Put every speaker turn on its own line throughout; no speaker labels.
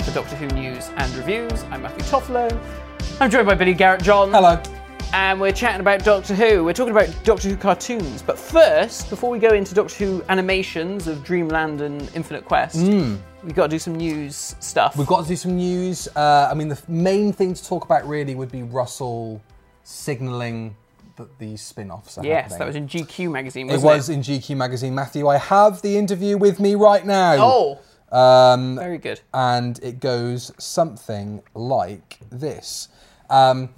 for Doctor Who news and reviews. I'm Matthew Toffolo. I'm joined by Billy Garrett John. Hello. And we're chatting about Doctor Who. We're talking about Doctor Who cartoons. But first, before we go into Doctor Who animations of Dreamland and Infinite Quest, we've got to do some news stuff.
Hmm. We've got to do some news. Uh, I mean, the f- main thing to talk about really would be Russell signalling that these spin-offs are
Yes,
happening.
that was in GQ magazine,
It
wasn't it?
was in GQ magazine, Matthew. I have the interview with me right now.
Oh,
Um,
very good.
and it goes something like this. Um,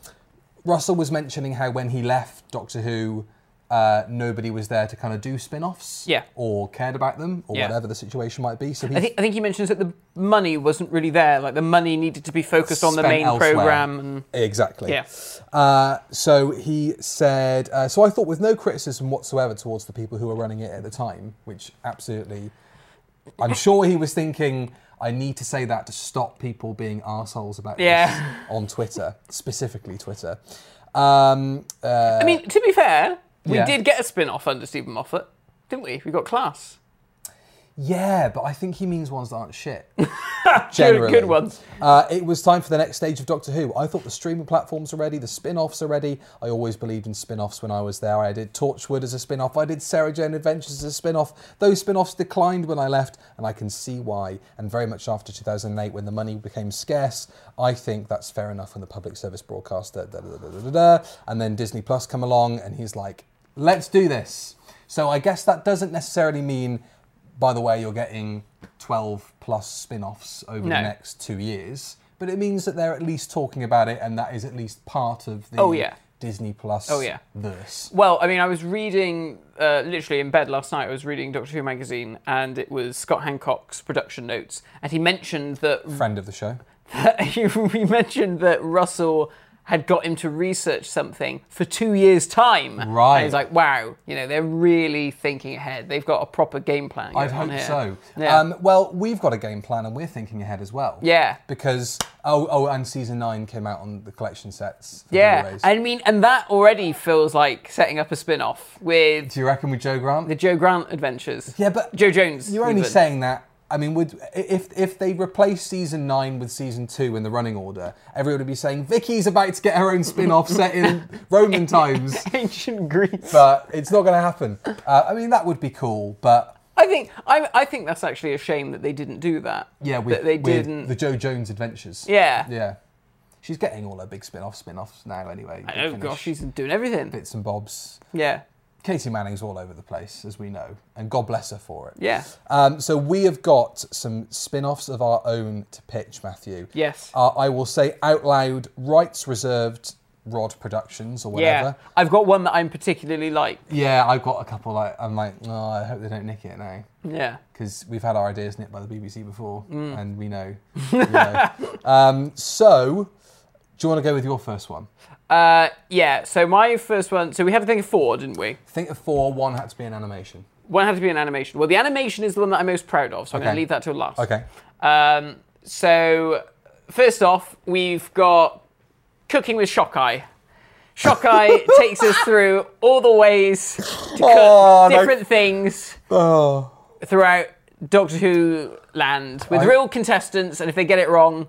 Russell was mentioning how when he left Doctor Who, uh, nobody was there to kind of do spin-offs,
Yeah.
or cared about them, or
Yeah.
whatever the situation might be. So he
I think, I think he mentions that the money wasn't really there. Like the money needed to be focused on the
Spent
main
elsewhere.
program. And
Exactly.
Yeah.
Uh, so he said, uh, so I thought with no criticism whatsoever towards the people who were running it at the time, which absolutely, I'm sure he was thinking, I need to say that to stop people being arseholes about this
Yeah.
on Twitter, specifically Twitter. Um, uh,
I mean, to be fair, we
Yeah.
did get a spin off under Stephen Moffat, didn't we? We got class.
yeah, but I think he means ones that aren't shit.
Good,
Generally.
good ones.
Uh, it was time for the next stage of Doctor Who. I thought the streaming platforms are ready, the spin offs are ready. I always believed in spin offs when I was there. I did Torchwood as a spin off, I did Sarah Jane Adventures as a spin off. Those spin offs declined when I left, and I can see why. And very much after 2008, when the money became scarce, I think that's fair enough when the public service broadcaster, da, da, da, da, da, da. and then Disney Plus come along, and he's like, let's do this. So I guess that doesn't necessarily mean, by the way, you're getting 12 plus spin offs over
No.
the next next two years, but it means that they're at least talking about it, and that is at least part of the
Oh, yeah.
Disney Plus
Oh, yeah.
verse.
Well, I mean, I was reading, uh, literally in bed last night, I was reading Doctor Who magazine, and it was Scott Hancock's production notes, and he mentioned that,
Friend of the show.
that he, he mentioned that Russell had got him to research something for two years' time.
Right.
And he's like, wow, you know, they're really thinking ahead. They've got a proper game plan. going
I'd
on
hope
here.
so.
Yeah.
Um, well, we've got a game plan and we're thinking ahead as well.
Yeah.
Because, oh, oh and season nine came out on the collection sets. For
yeah.
Blu-rays.
I mean, and that already feels like setting up a spin off with
Do you reckon with Joe Grant?
The Joe Grant Adventures.
yeah, but.
Joe Jones.
You're only
even.
saying that. I mean, would if if they replace season nine with season two in the running order, everyone would be saying Vicky's about to get her own spin-off set in Roman times.
ancient Greece.
but it's not going to happen. Uh, I mean, that would be cool, but
I think I, I think that's actually a shame that they didn't do that.
yeah, with,
that they
with
didn't.
the Joe Jones Adventures.
Yeah.
yeah. She's getting all her big spin-off spin-offs now, anyway.
oh
Finish
gosh, she's doing everything.
bits and bobs.
Yeah,
Katie Manning's all over the place, as we know, and God bless her for it.
Yeah.
Um, so we have got some spin-offs of our own to pitch, Matthew.
Yes.
Uh, I will say out loud, rights reserved. Rod Productions or
yeah.
whatever.
I've got one that I'm particularly like.
Yeah, I've got a couple. Like I'm like, oh, I hope they don't nick it now.
Yeah.
because we've had our ideas nipped by the BBC before,
Mm.
and we know. we know. um, so, do you want to go with your first one?
Uh, yeah. So my first one. So we had to think of four, didn't we?
Think of four. One had to be an animation.
One had to be an animation. Well, the animation is the one that I'm most proud of, so I'm going
Okay.
to leave that till last.
Okay.
Um, so first off, we've got cooking with Shockeye. Shockeye takes us through all the ways to cook
Oh, no.
different things.
Oh,
throughout Doctor Who land with
I-
real contestants, and if they get it wrong,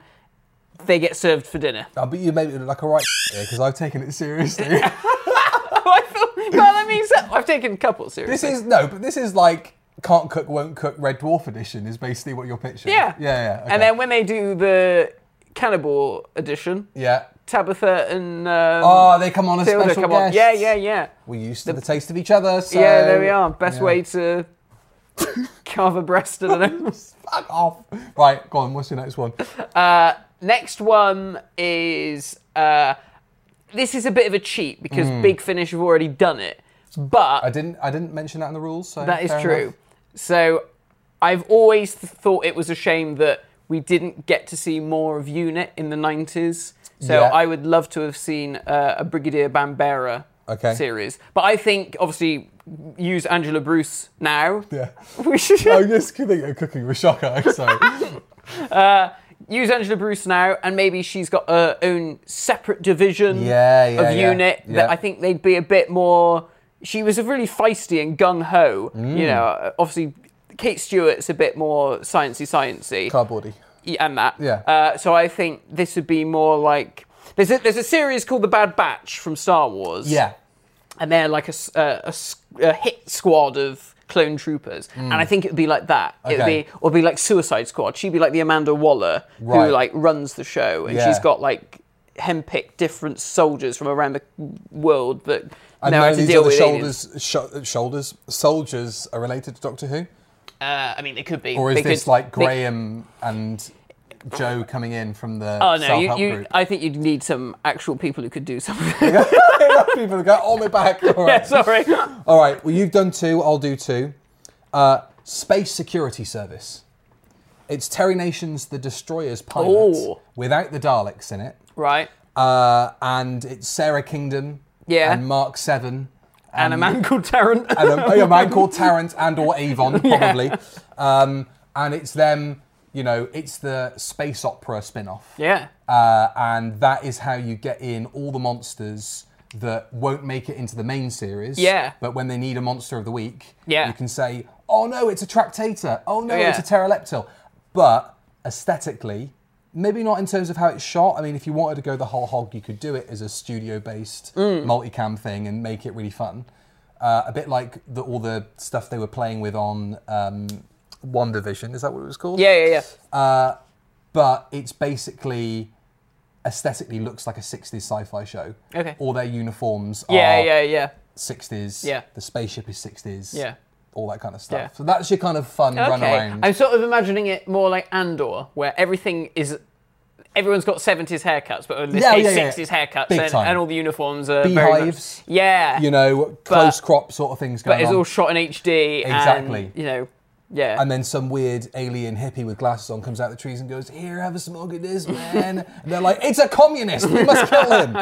they get served for dinner.
Uh, but you made me look like a right because I've taken it seriously.
I feel, well, I mean, so, I've taken couples seriously.
this is no, but this is like can't cook, won't cook, Red Dwarf edition is basically what you're picturing.
yeah.
yeah, yeah. okay.
And then when they do the cannibal edition,
yeah.
Tabitha and um,
Oh, they come on as
Tilda
special
come on.
guests.
Yeah, yeah, yeah.
We're used to the, taste of each other. So
yeah, there we are. Best
yeah.
way to carve a breast, I don't know.
Fuck off. Right, go on. What's your next one?
Next one is uh, this is a bit of a cheat because Big Finish have already done it, but
I didn't. I didn't mention that in the rules. So
That is
fair
true.
enough.
So I've always th- thought it was a shame that we didn't get to see more of UNIT in the 90s. So
Yeah.
I would love to have seen uh, a Brigadier Bambera
Okay.
series. But I think, obviously, use Angela Bruce now.
Yeah.
We should
I'm just kidding. I'm cooking with shocker. So
use Angela Bruce now, and maybe she's got her own separate division
Yeah, yeah,
of
yeah,
unit
yeah.
that I think they'd be a bit more. She was really feisty and gung ho.
Mm.
You know, obviously Kate Stewart's a bit more sciencey, sciencey,
cardboardy.
y- and that.
Yeah.
Uh, so I think this would be more like. There's a, there's a series called The Bad Batch from Star Wars
Yeah.
and they're like a, s- a- a s- a hit squad of clone troopers and i think it would be like that it would
Hmm. Okay.
be or be like suicide squad she'd be like the amanda waller
Right.
who like runs the show and
Yeah.
she's got like hempicked different soldiers from around the world that
And
know how
none of
to
these
deal
other
with aliens.
shoulders, sho- shoulders, soldiers are related to Doctor Who,
uh, i mean they could be
or is
They
this
could-
like
they-
Graham and Joe coming in from the
Oh no! You,
self-help
you,
group?
I think you'd need some actual people who could do something.
People go, oh my back. All right.
Sorry.
All right. Well, you've done two. I'll do two. Uh, Space Security Service. It's Terry Nation's The Destroyer's pilot
Oh.
without the Daleks in it.
Right.
Uh, and it's Sarah Kingdom
Yeah.
and Mark Seven
And a man called Tarrant.
and um, oh, a, a man called Tarrant and or Avon probably. Um, and it's them, you know, it's the space opera spin-off.
yeah.
Uh, and that is how you get in all the monsters that won't make it into the main series.
Yeah.
But when they need a monster of the week,
Yeah.
you can say, oh no, it's a Tractator. Oh no,
Yeah.
it's a Pteroleptil. But aesthetically, maybe not in terms of how it's shot. I mean, if you wanted to go the whole hog, you could do it as a studio based
Mm.
multicam thing and make it really fun. Uh, a bit like the, all the stuff they were playing with on um, WandaVision. Is that what it was called?
Yeah. Yeah. Yeah.
but it's basically aesthetically looks like a 60s sci-fi show.
Okay.
All their uniforms
Yeah.
are
Yeah. Yeah.
60s.
Yeah.
The spaceship is 60s.
Yeah.
All that kind of stuff.
Yeah.
So that's your kind of fun run around.
I'm sort of imagining it more like Andor, where everything is. Everyone's got 70s haircuts, but in this
Yeah,
case,
yeah, yeah.
60s haircuts,
Big
and,
time.
and all the uniforms are Very much,
Beehives.
yeah,
you know, close crop sort of things going
but it's
on.
all shot in HD.
Exactly.
And, you know, yeah.
and then some weird alien hippie with glasses on comes out the trees and goes, "Here, have a smoke of this, man." and they're like, "It's a communist. We must kill him."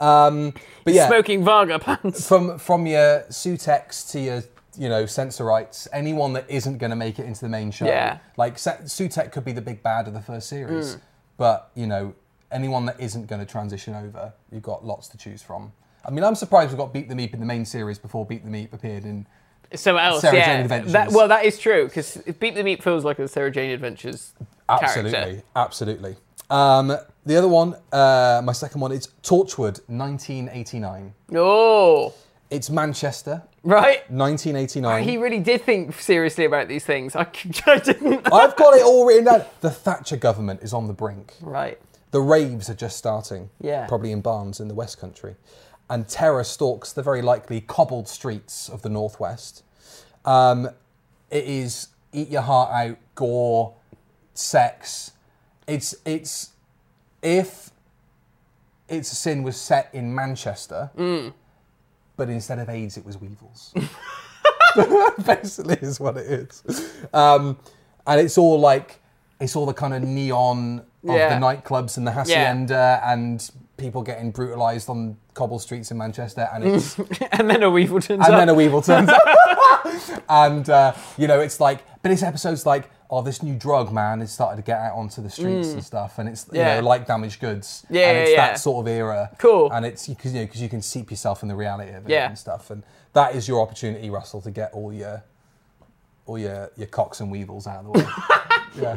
um, but yeah,
Smoking Varga pants.
from from your Sutex to your you know sensorites, anyone that isn't going to make it into the main show.
Yeah. Mm.
Like Sa- Sutek could be the big bad of the first series, but you know anyone that isn't going to transition over, you've got lots to choose from. I mean, I'm surprised we've got Beat the Meep in the main series before Beat the Meep appeared in.
Somewhere else,
Sarah Jane
yeah.
Adventures.
That- well, that is true, because Beat the Meat feels like a Sarah Jane Adventures
Absolutely,
character.
absolutely. Um, the other one, uh, my second one, is Torchwood, 1989.
Oh,
It's Manchester,
right?
1989.
He really did think seriously about these things. I, I didn't.
I've got it all written down. The Thatcher government is on the brink.
Right.
The raves are just starting.
Yeah.
Probably in Barnes in the West Country. And terror stalks the very likely cobbled streets of the Northwest. Um, it is eat your heart out, gore, sex. It's it's if it's a sin was set in Manchester,
Mm.
but instead of AIDS it was weevils. Basically is what it is. Um, and it's all like it's all the kind of neon of
Yeah.
the nightclubs and the hacienda and people getting brutalized on cobble streets in Manchester and it's
And then a Weevil turns
and
up.
then a weevil turns up. and uh, you know, it's like, but it's episodes like, oh, this new drug man has started to get out onto the streets and stuff, and it's
Mm. Yeah.
you know like damaged goods.
Yeah,
and it's
yeah, yeah.
that sort of era.
Cool.
And it's because you know 'cause you can seep yourself in the reality of it
Yeah.
and stuff, and that is your opportunity, Russell, to get all your all your your cocks and weevils out of the way.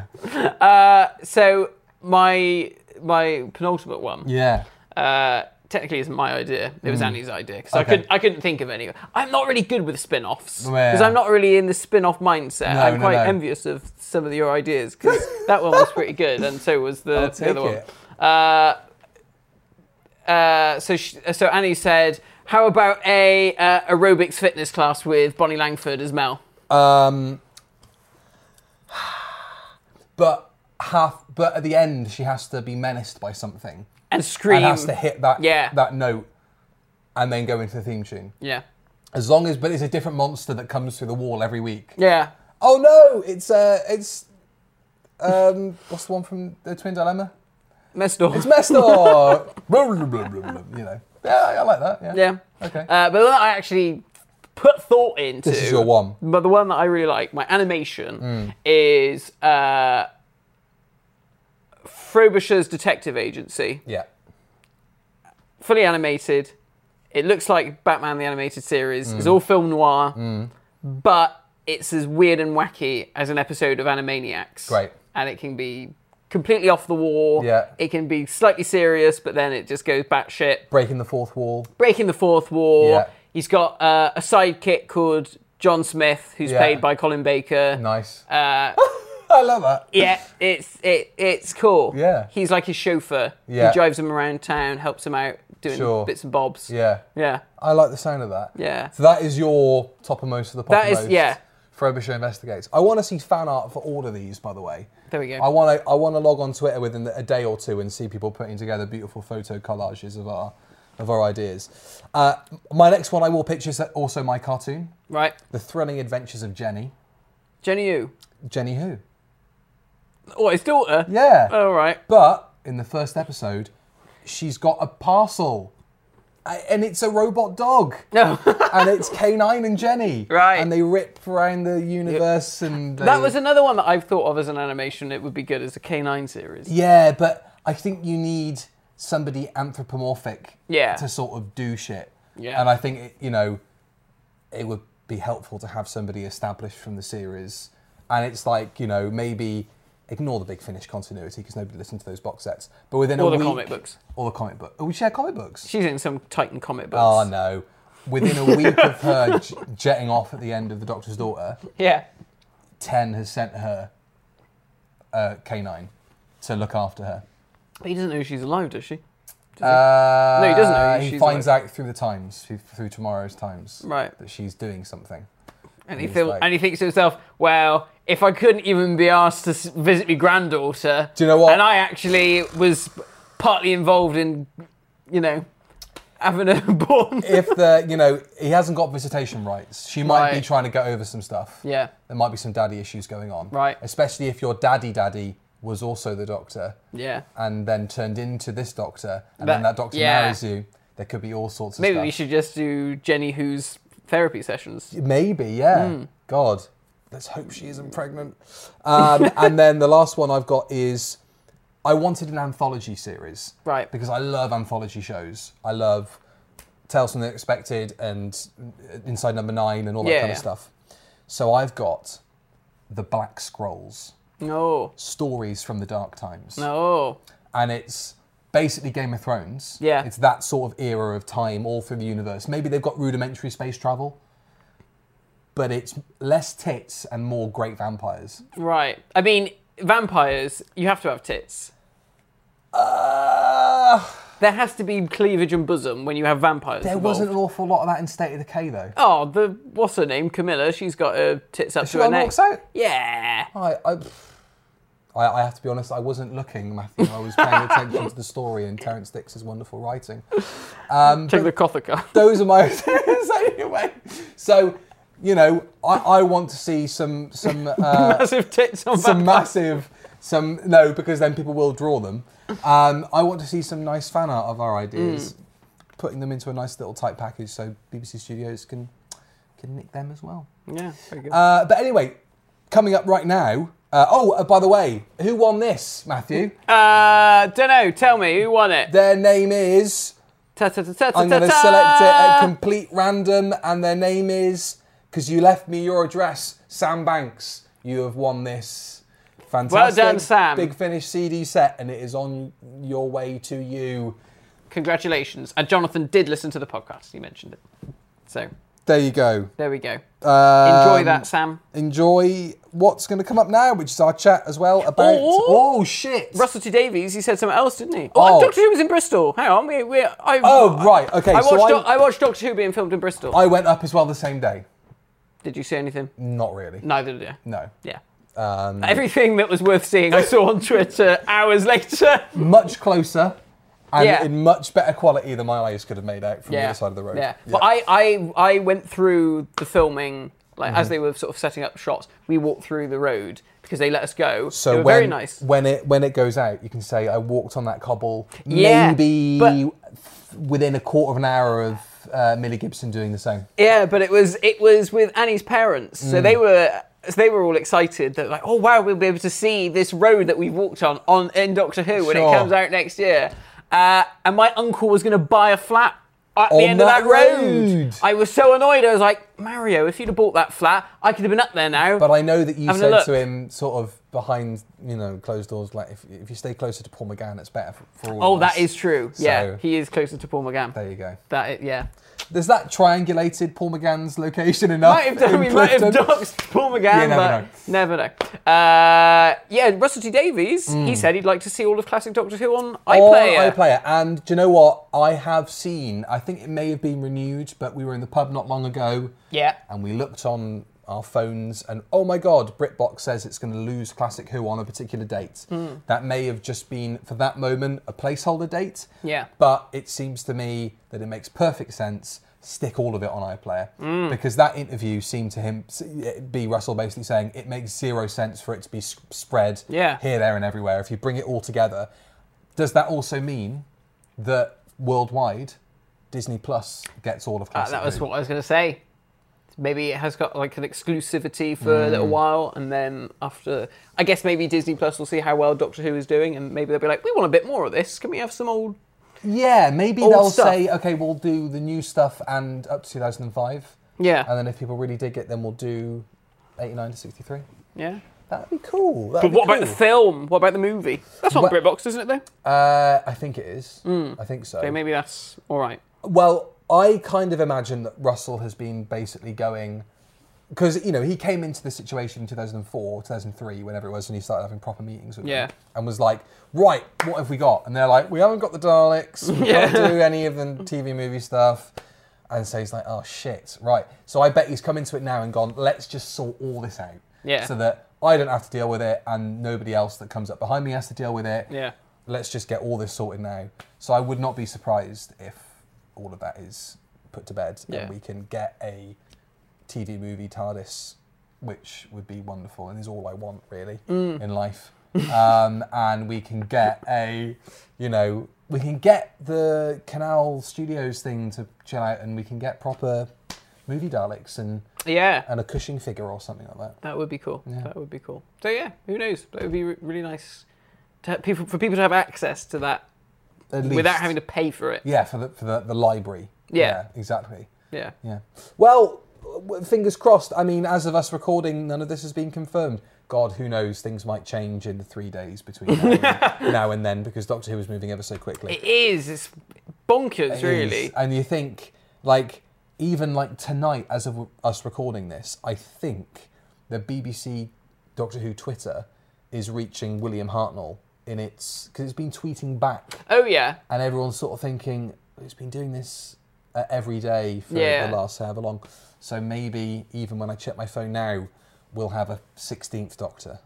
yeah.
So my my penultimate one.
Yeah. Mm.
Uh, technically, isn't my idea. It was Annie's idea because I
Okay.
couldn't. I couldn't think of any. I'm not really good with spin-offs
Yeah.
because I'm not really in the spin-off mindset.
No,
I'm
no,
quite
no.
envious of some of your ideas because that one was pretty good, and so was the,
I'll
the other
take it.
one. Uh, uh, so she, so Annie said, "How about a uh, aerobics fitness class with Bonnie Langford as Mel?"
Um, but half. But at the end, she has to be menaced by something
And scream.
and has to hit that
Yeah.
that note, and then go into the theme tune.
yeah.
As long as, but it's a different monster that comes through the wall every week.
Yeah.
Oh no! It's uh, it's um, what's the one from the Twin Dilemma?
Messed up.
It's messed up. Blah, blah, blah, blah, blah, you know. Yeah, I like that. Yeah.
Yeah.
Okay.
Uh, but the one that I actually put thought into.
This is your one.
But the one that I really like, my animation,
Hmm.
is uh, Frobisher's Detective Agency.
yeah.
Fully animated. It looks like Batman the Animated Series.
Hmm.
It's all film noir, but it's as weird and wacky as an episode of Animaniacs.
Great.
And it can be completely off the wall.
Yeah.
It can be slightly serious, but then it just goes batshit
Breaking the fourth wall.
breaking the fourth wall.
Yeah.
He's got uh, a sidekick called John Smith, who's
Yeah.
played by Colin Baker.
Nice.
Uh,
I love that.
yeah, it's it it's cool.
Yeah.
he's like his chauffeur.
Yeah.
he drives him around town, helps him out doing
Sure.
bits and bobs.
Yeah.
yeah,
I like the sound of that.
Yeah.
So that is your top and most of the pop.
That
and
is-
most
yeah.
Frobisher investigates. I want to see fan art for all of these, by the way.
There we go.
I want to. I want to log on Twitter within a day or two and see people putting together beautiful photo collages of our of our ideas. Uh, my next one I will pitch is also my cartoon,
right.
The Thrilling Adventures of Jenny.
Jenny Yu,
Jenny who?
or his daughter.
Yeah.
All Oh, right.
But in the first episode, she's got a parcel. A- And it's a robot dog.
No.
and it's K9 and Jenny.
Right.
And they rip around the universe and. They...
That was another one that I've thought of as an animation. It would be good as a K9 series.
Yeah, but I think you need somebody anthropomorphic
Yeah.
to sort of do shit.
Yeah.
And I think, it, you know, it would be helpful to have somebody established from the series. And it's like, you know, maybe ignore the big Finnish continuity because nobody listened to those box sets. But within a
Or the
week-
comic books.
Or the comic book. Oh, we share comic books.
She's in some Titan comic books.
Oh, no. Within a week of her j- jetting off at the end of The Doctor's Daughter,
Yeah.
10 has sent her uh, K9 to look after her.
But he doesn't know she's alive, does she?
Uh,
No, he doesn't know.
He
She's
finds
like-
out through the Times, through, through tomorrow's Times,
Right.
that she's doing something.
And he,
He's
feel,
like-
and he thinks to himself, well, if I couldn't even be asked to s- visit my granddaughter,
Do you know what?
And I actually was partly involved in, you know, having her born.
If the, you know, he hasn't got visitation rights, she might be
Right.
trying to get over some stuff.
Yeah.
There might be some daddy issues going on.
Right.
Especially if your daddy daddy was also the doctor.
Yeah.
And then turned into this doctor, and
That-
then that doctor
yeah.
marries you. There could be all sorts of
Maybe
stuff.
we should just do Jenny Who's therapy sessions.
Maybe, yeah.
Hmm.
God, let's hope she isn't pregnant. Um, and then the last one I've got is I wanted an anthology series.
Right.
Because I love anthology shows. I love Tales from the Unexpected and uh, Inside Number Nine and all that
Yeah,
kind of
yeah.
stuff. So I've got The Black Scrolls
No.
Stories from the Dark Times.
No.
And it's. Basically, Game of Thrones.
Yeah.
It's that sort of era of time all through the universe. Maybe they've got rudimentary space travel but it's less tits and more great vampires.
Right. I mean, vampires, you have to have tits.
Uh,
There has to be cleavage and bosom when you have vampires.
there
Ah, involved.
wasn't an awful lot of that in State of the K though.
Oh, the what's her name? Camilla. She's got her tits up
She
to her
like
neck.
walks out.
Yeah.
I, I, I, I have to be honest. I wasn't looking, Matthew. I was paying attention to the story and Terence Dix's wonderful writing. Um,
Take the Kothaka.
Those are my ideas anyway. So, you know, I, I want to see some some uh,
Massive tits on
some
vampires.
massive some no because then people will draw them um, i want to see some nice fan art of our ideas putting them into a nice little tight package so bbc studios can can nick them as well
Yeah, very good.
uh, but anyway coming up right now uh, oh uh, by the way who won this matthew
Uh, don't know. Tell me who won it.
their name is
Ta ta ta ta ta
i'm going to
ta.
select it uh, at complete random and their name is because you left me your address sam banks you have won this Fantastic.
Well done, Sam.
Big Finish CD set, and it is on your way to you.
Congratulations. And Jonathan did listen to the podcast. He mentioned it. So
There you go.
there we go.
Um,
Enjoy that, Sam.
Enjoy what's going to come up now, which is our chat as well about.
Ooh.
Oh, shit.
Russell T Davies, he said something else, didn't he? Oh,
Oh.
Doctor Who was in Bristol. Hang on, we, we, I,
Oh, right, okay,
I watched,
so I-
Doc- I watched Doctor Who being filmed in Bristol.
I went up as well the same day.
did you see anything?
Not really.
Neither did I.
No.
Yeah.
Um,
Everything that was worth seeing, I saw on Twitter hours later.
much closer and
Yeah.
in much better quality than my eyes could have made out from the
yeah.
other side of the road.
Yeah. But I, I, I went through the filming, like
Mm-hmm.
as they were sort of setting up shots, we walked through the road because they let us go.
so
they were
when,
very nice.
when it when it goes out, you can say I walked on that cobble
Yeah,
maybe
but-
within a quarter of an hour of uh, Millie Gibson doing the same.
Yeah, but it was it was with Annie's parents, so
Mm.
they were so they were all excited that like, oh wow, we'll be able to see this road that we've walked on on in Doctor Who when
Sure.
it comes out next year. Uh, and my uncle was going to buy a flat at
On
the end of
that
that road.
road.
I was so annoyed. I was like, Mario, if you'd have bought that flat, I could have been up there now.
But I know that you
Having a
said
look.
to him, sort of behind, you know, closed doors, like if, if you stay closer to Paul McGann, it's better for, for all.
oh,
of us.
that is true.
So,
yeah, he is closer to Paul McGann.
there you go.
That i- yeah.
There's that triangulated Paul McGann's location enough.
Might have done,
Oh, in
we might have
Clifton?
doxed Paul McGann,
Yeah, never know.
but never know. Uh, yeah, Russell T Davies, he said he'd like to see all of classic Doctor Who on
Hmm. Or
iPlayer.
iPlayer. And do you know what? I have seen, I think it may have been renewed, but we were in the pub not long ago.
Yeah.
And we looked on our phones and oh my god, BritBox says it's going to lose Classic Who on a particular date.
Hmm.
That may have just been, for that moment, a placeholder date.
Yeah.
But it seems to me that it makes perfect sense. Stick all of it on iPlayer
Hmm.
because that interview seemed to him eh, be Russell basically saying it makes zero sense for it to be s- spread
Yeah.
here, there, and everywhere. If you bring it all together, does that also mean that worldwide Disney Plus gets all of
Uh,
classic?
that was
Who?
what I was going to say. Maybe it has got like an exclusivity for a
Hmm.
little while, and then after, I guess maybe Disney Plus will see how well Doctor Who is doing, and maybe they'll be like, we want a bit more of this. Can we have some old.
Yeah, maybe
Old
they'll
stuff.
say, okay, we'll do the new stuff and up to 2005,
Yeah.
and then if people really dig it, then we'll do 89 to 63.
yeah.
That'd be cool. That'd
But
be
what about the
cool.
film? What about the movie? That's on
What-
BritBox, isn't it, though?
Uh, I think it is.
Mm.
I think so.
So maybe that's all right.
Well, I kind of imagine that Russell has been basically going because you know he came into the situation in 2004, 2003, whenever it was, when he started having proper meetings with
Yeah.
them, and was like, right, what have we got? And they're like, we haven't got the Daleks, we can't do any of the TV movie stuff. And so he's like, oh shit, right. So I bet he's come into it now and gone, let's just sort all this out,
Yeah.
so that I don't have to deal with it, and nobody else that comes up behind me has to deal with it
Yeah.
let's just get all this sorted now. So I would not be surprised if all of that is put to bed
Yeah.
and we can get a TV movie TARDIS, which would be wonderful and is all I want really
Mm.
in life. um, and we can get a, you know, we can get the Canal Studios thing to chill out and we can get proper movie Daleks and,
Yeah.
and a Cushing figure or something like that.
That would be cool. That would be cool. So yeah, who knows? That would be re- really nice to have people for people to have access to that
At least.
without having to pay for it.
Yeah, for the, for the, the library.
Yeah.
exactly.
Yeah.
Yeah. Well, w- fingers crossed. I mean, as of us recording, none of this has been confirmed. God, who knows? Things might change in the three days between now and, now and then because Doctor Who is moving ever so quickly.
It is. It's bonkers,
It is.
really.
And you think, like, even like tonight, as of us recording this, I think the BBC Doctor Who Twitter is reaching William Hartnell in its because it's been tweeting back
Oh yeah.
and everyone's sort of thinking it's been doing this uh, every day for
Yeah.
the last however long. So maybe even when I check my phone now, we'll have a sixteenth Doctor,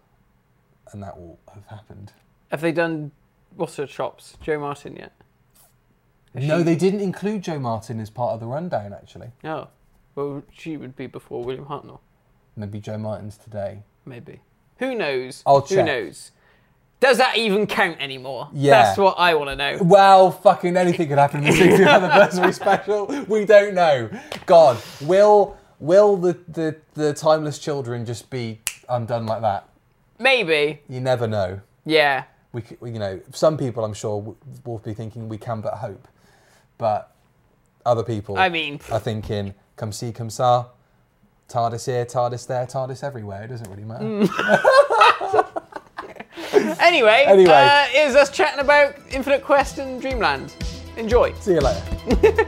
and that will have happened.
Have they done what's her chops? Joe Martin yet?
No, they didn't include Joe Martin as part of the rundown. Actually,
No. Well, she would be before William Hartnell,
maybe Joe Martin's today.
maybe. Who knows?
I'll
who
check.
knows? Does that even count anymore?
Yeah.
That's what I want to know.
Well, fucking anything could happen in the 60th anniversary special. We don't know. God, will will the, the the timeless children just be undone like that?
Maybe.
You never know.
Yeah.
we, c- we- you know, some people I'm sure w- will be thinking we can but hope, but other people,
I mean-
are thinking come see, come sa,
Mm.
TARDIS here, TARDIS there, TARDIS everywhere. It doesn't really matter.
Anyway,
Anyway.
Uh, it was us chatting about Infinite Quest and Dreamland. Enjoy.
See you later.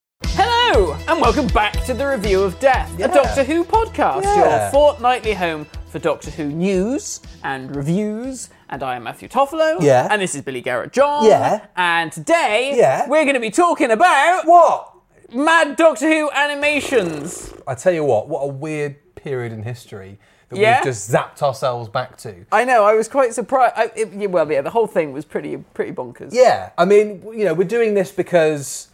Hello, and welcome back to the Review of Death, a Doctor Who podcast,
Yeah.
your fortnightly home for Doctor Who news and reviews. And I am Matthew Toffolo.
Yeah.
And this is Billy Garrett John.
Yeah.
And today,
Yeah.
we're going to be talking about
What?
Mad Doctor Who animations.
I tell you what, what a weird period in history that
Yeah?
we've just zapped ourselves back to.
I know, I was quite surprised. I, it, yeah, well, yeah, the whole thing was pretty, pretty bonkers.
Yeah, I mean, you know, we're doing this because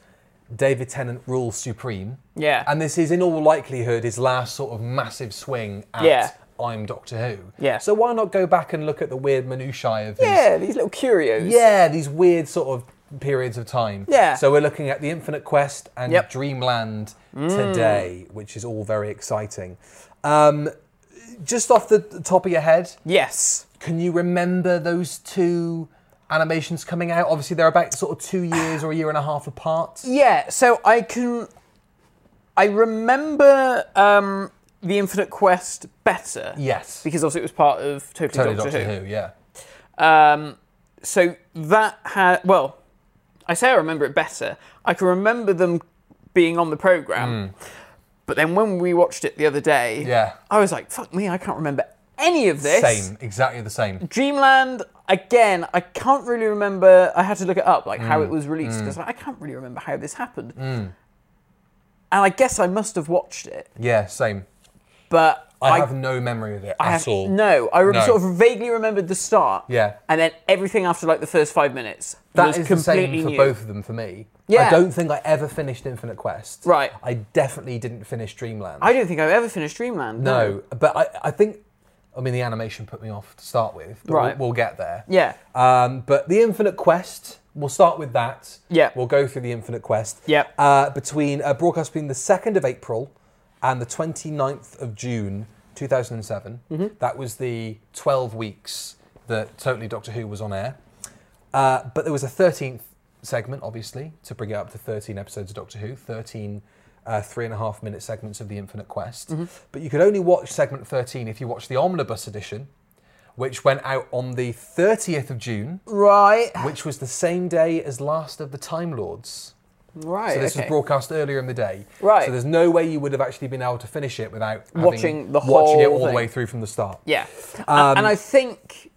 David Tennant rules supreme.
Yeah.
And this is, in all likelihood, his last sort of massive swing at
Yeah.
I'm Doctor Who.
Yeah.
So why not go back and look at the weird minutiae of his
Yeah, these little curios.
Yeah, these weird sort of periods of time.
Yeah.
So we're looking at the Infinite Quest and
Yep. Mm.
Dreamland today, which is all very exciting. Um, just off the top of your head,
Yes.
can you remember those two animations coming out? Obviously, they're about sort of two years or a year and a half apart.
Yeah, so I can. I remember um, the Infinite Quest better.
Yes.
Because obviously it was part of Totally,
Totally
Doctor,
Doctor, Who. yeah.
Who. Um, so that had. Well, I say I remember it better. I can remember them being on the programme. But then when we watched it the other day,
Hmm. Yeah.
I was like, fuck me, I can't remember any of this.
Same, exactly the same.
Dreamland, again, I can't really remember. I had to look it up, like
Mm,
how it was released, because I can't really remember how this happened. And I guess I must have watched it,
Yeah, same.
but
I, have no memory of it
I
at
have-
all.
No, I rem-
No.
sort of vaguely remembered the start.
Yeah.
And then everything after like the first five minutes.
That
was
is the
completely
same for
new.
both of them for me.
Yeah.
I don't think I ever finished Infinite Quest.
Right.
I definitely didn't finish Dreamland.
I don't think I've ever finished Dreamland.
no, but I, I think, I mean, the animation put me off to start with. But
Right.
We'll, we'll get there.
Yeah.
Um, but the Infinite Quest, we'll start with that.
Yeah.
We'll go through the Infinite Quest.
Yep.
Uh, between uh, broadcast between the 2nd of April and the 29th of June 2007.
Mm-hmm.
That was the 12 weeks that Totally Doctor Who was on air. Uh, but there was a 13th segment, obviously, to bring it up to 13 episodes of Doctor Who, 13 uh, three and a half minute segments of The Infinite Quest.
Mm-hmm.
But you could only watch segment 13 if you watched the omnibus edition, which went out on the 30th of June,
Right.
which was the same day as Last of the Time Lords.
Right.
So this
okay.
was broadcast earlier in the day.
Right.
So there's no way you would have actually been able to finish it without having-
Watching the
watching it
whole
all the
thing.
way through from the start.
Yeah, A-
Um,
and I think,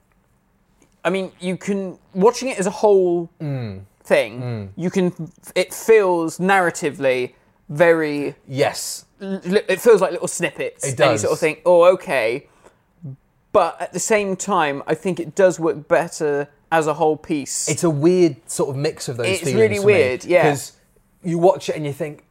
I mean, you can watching it as a whole
Mm.
thing. You can. It feels narratively very.
Yes.
li- It feels like little snippets.
It
And you sort of
does.
think, oh, okay. But at the same time, I think it does work better as a whole piece.
It's a weird sort of mix of those
It's
feelings.
really
for
weird,
me,
yeah.
Because you watch it and you think,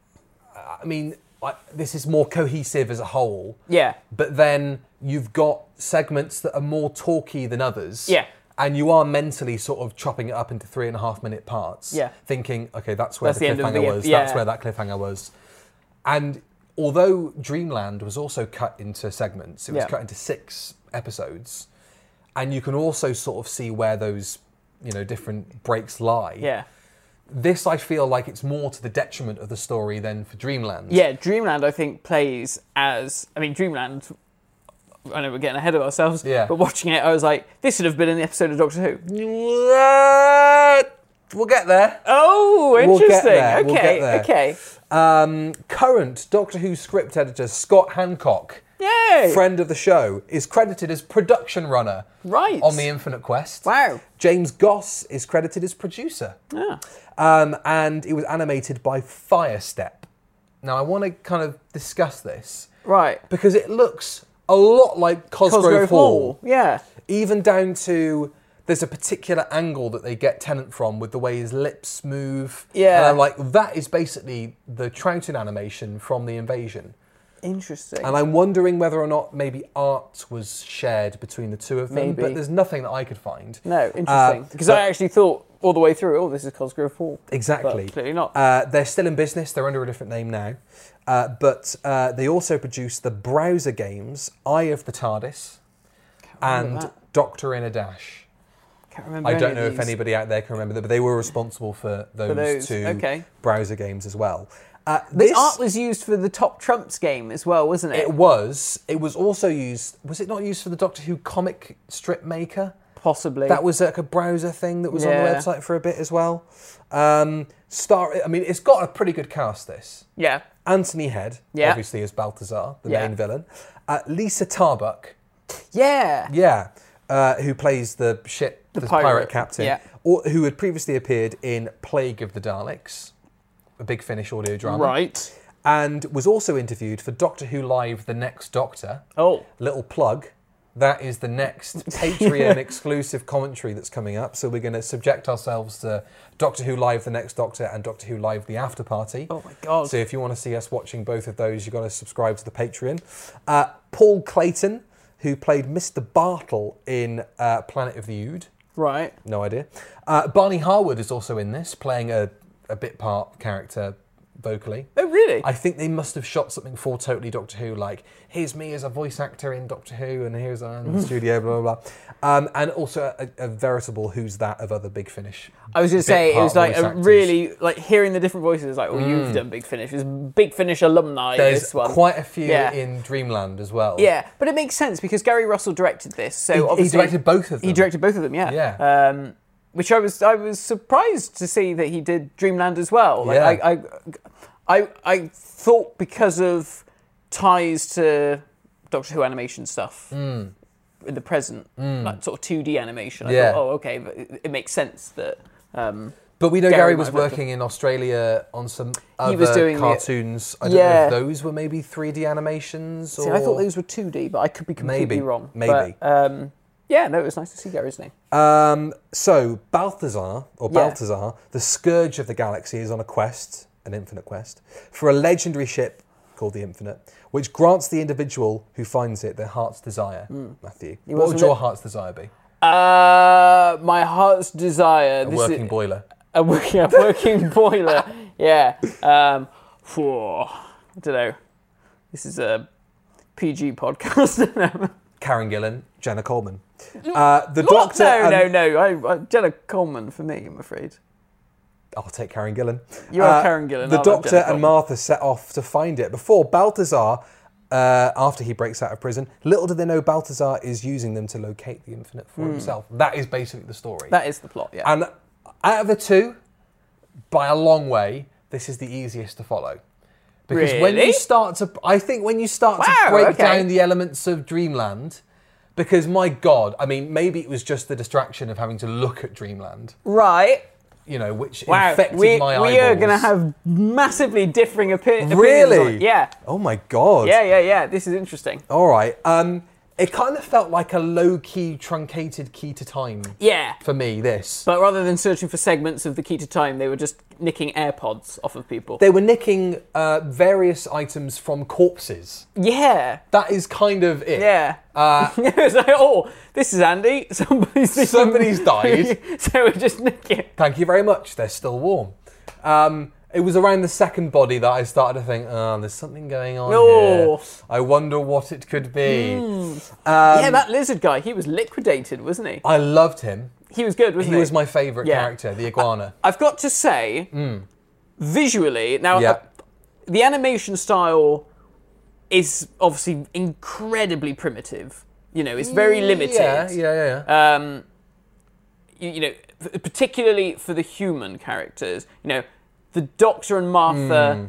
I mean, I, this is more cohesive as a whole.
yeah,
But then you've got segments that are more talky than others.
Yeah.
And you are mentally sort of chopping it up into three and a half minute parts.
Yeah.
Thinking, okay, that's where
That's
the
the end of
cliffhanger
the-
was. That's
yeah.
where that cliffhanger was. And although Dreamland was also cut into segments, it was
Yeah.
cut into six episodes. And you can also sort of see where those, you know, different breaks lie.
yeah,
This I feel like it's more to the detriment of the story than for Dreamland.
yeah. Dreamland, I think, plays as. I mean, Dreamland. I know we're getting ahead of ourselves.
Yeah.
But watching it, I was like, this should have been an episode of Doctor Who.
We'll get there.
Oh,
We'll
interesting.
get there,
Okay,
we'll get there.
okay.
Um, current Doctor Who script editor Scott Hancock,
Yay!
friend of the show, is credited as production runner
Right.
on The Infinite Quest.
Wow.
James Goss is credited as producer. Um, and it was animated by Firestep. Now, I want to kind of discuss this
Right.
because it looks a lot like Cosgrove, Hall.
Yeah.
even down to there's a particular angle that they get Tennant from with the way his lips move.
Yeah.
And I'm like, that is basically the Troughton animation from the invasion.
Interesting.
And I'm wondering whether or not maybe art was shared between the two of them,
Maybe.
but there's nothing that I could find. Uh,
no, interesting. Because I actually thought all the way through, oh, this is Cosgrove Hall.
Exactly.
But clearly not.
Uh, they're still in business. They're under a different name now. Uh, but uh, they also produce the browser games Eye of the TARDIS
remember
and Doctor in a Dash.
Can't remember.
I
any
don't
of
know if
these.
anybody out there can remember them, but they were responsible for those,
those,
two
okay.
browser games as well. Uh,
The
this
art was used for the Top Trumps game as well, wasn't it?
it was. It was also used. Was it not used for the Doctor Who comic strip maker?
Possibly.
That was like a browser thing that was on the
Yeah.
website for a bit as well. Um, Star. I mean, it's got a pretty good cast. This.
Yeah.
Anthony Head,
Yeah.
obviously as Balthazar, the
Yeah.
main villain. Uh, Lisa Tarbuck,
Yeah.
yeah, uh, who plays the ship, the, pirate.
pirate,
captain,
yeah.
or, who had previously appeared in Plague of the Daleks, a big Finnish audio drama,
Right.
and was also interviewed for Doctor Who Live: The Next Doctor.
Oh.
little plug. That is the next Patreon exclusive commentary that's coming up. So we're going to subject ourselves to Doctor Who Live, the next Doctor, and Doctor Who Live, the after party.
Oh my God.
So if you want to see us watching both of those, you've got to subscribe to the Patreon. Uh, Paul Clayton, who played Mr. Bartle in uh, Planet of the Ood.
Right.
No idea. Uh, Barney Harwood is also in this, playing a, a bit part character vocally.
Oh, really?
I think they must have shot something for totally Doctor Who, like here's me as a voice actor in Doctor Who, and here's I
Mm-hmm.
in the studio, blah blah blah, um, and also a, a veritable who's that of other Big Finish.
I was going to
bit
say it
part
was like
voice
a
actors. Mm.
really like hearing the different voices. Like, oh, you've done Big Finish. It's Big Finish alumni.
There's
this one.
quite a few
Yeah.
in Dreamland as well.
Yeah, but it makes sense because Gary Russell directed this, so
he
obviously
directed both of
He
them.
directed both of them. Yeah.
Yeah.
Um, which I was I was surprised to see that he did Dreamland as well. Like,
Yeah.
I, I I I thought because of ties to Doctor Who animation stuff.
Hmm.
In the present, like sort of 2D animation. I
Yeah.
thought, oh, okay, but it, it makes sense that um,
But we know Gary,
Gary might
was
have looked
working in Australia on some other
was doing the-
cartoons. I don't
Yeah.
know if those were maybe 3D animations. Or...
See, I thought those were 2D, but I could be completely
Maybe,
wrong.
maybe.
But, um, yeah, no, it was nice to see Gary's name.
Um, so Balthazar, or
Yeah.
Balthazar, the scourge of the galaxy, is on a quest, an infinite quest, for a legendary ship called the Infinite, which grants the individual who finds it their heart's desire.
Hmm.
Matthew, what
was
would your
lit-
heart's desire be?
Uh, my heart's desire.
A
this
working
is,
boiler.
A, wo- yeah, working boiler. Yeah. Um, phew, I don't know. This is a PG podcast.
Karen Gillan, Jenna Coleman. Uh, the
What?
Doctor.
No,
and-
no, no.
um,
I, I, Jenna Coleman for me, I'm afraid.
I'll take Karen Gillan. Uh,
You are Karen Gillan, Oh, I'll
The
have
Doctor
Jennifer.
and Martha set off to find it before Balthazar, uh, after he breaks out of prison. Little do they know Balthazar is using them to locate the infinite for himself. That is basically the story.
Hmm. That is the plot. Yeah.
and out of the two, by a long way, this is the easiest to follow. Because when
Really?
you start to, I think when you start to
Wow,
break
okay.
down the elements of Dreamland, because my God, I mean, maybe it was just the distraction of having to look at Dreamland
right.
you know, which
Wow.
infected
We,
my eyeballs.
we are going to have massively differing opi- opinions. on
really,
it. Yeah.
Oh my god.
Yeah, yeah, yeah. This is interesting.
All right. Um, it kind of felt like a low key truncated key to time
Yeah.
for me. This
But rather than searching for segments of the key to time, they were just nicking AirPods off of people.
they were nicking uh, various items from corpses.
yeah.
That is kind of it.
Yeah.
Uh,
it's like, oh, this is Andy. Somebody's
Somebody's died.
so we just nick it.
Thank you very much. They're still warm. Um, it was around the second body that I started to think, oh, there's something going on
No. Hmm.
here. I wonder what it could be. Um,
yeah, that lizard guy. He was liquidated, wasn't he?
I loved him.
He was good,
He
wasn't he?
was my favourite
Yeah.
character, the iguana.
I've got to say, visually now.
Yeah.
uh, the animation style is obviously incredibly primitive. You know, it's very limited.
Yeah, yeah, yeah. yeah.
um, you, you know, f- particularly for the human characters, you know, the Doctor and Martha
Hmm.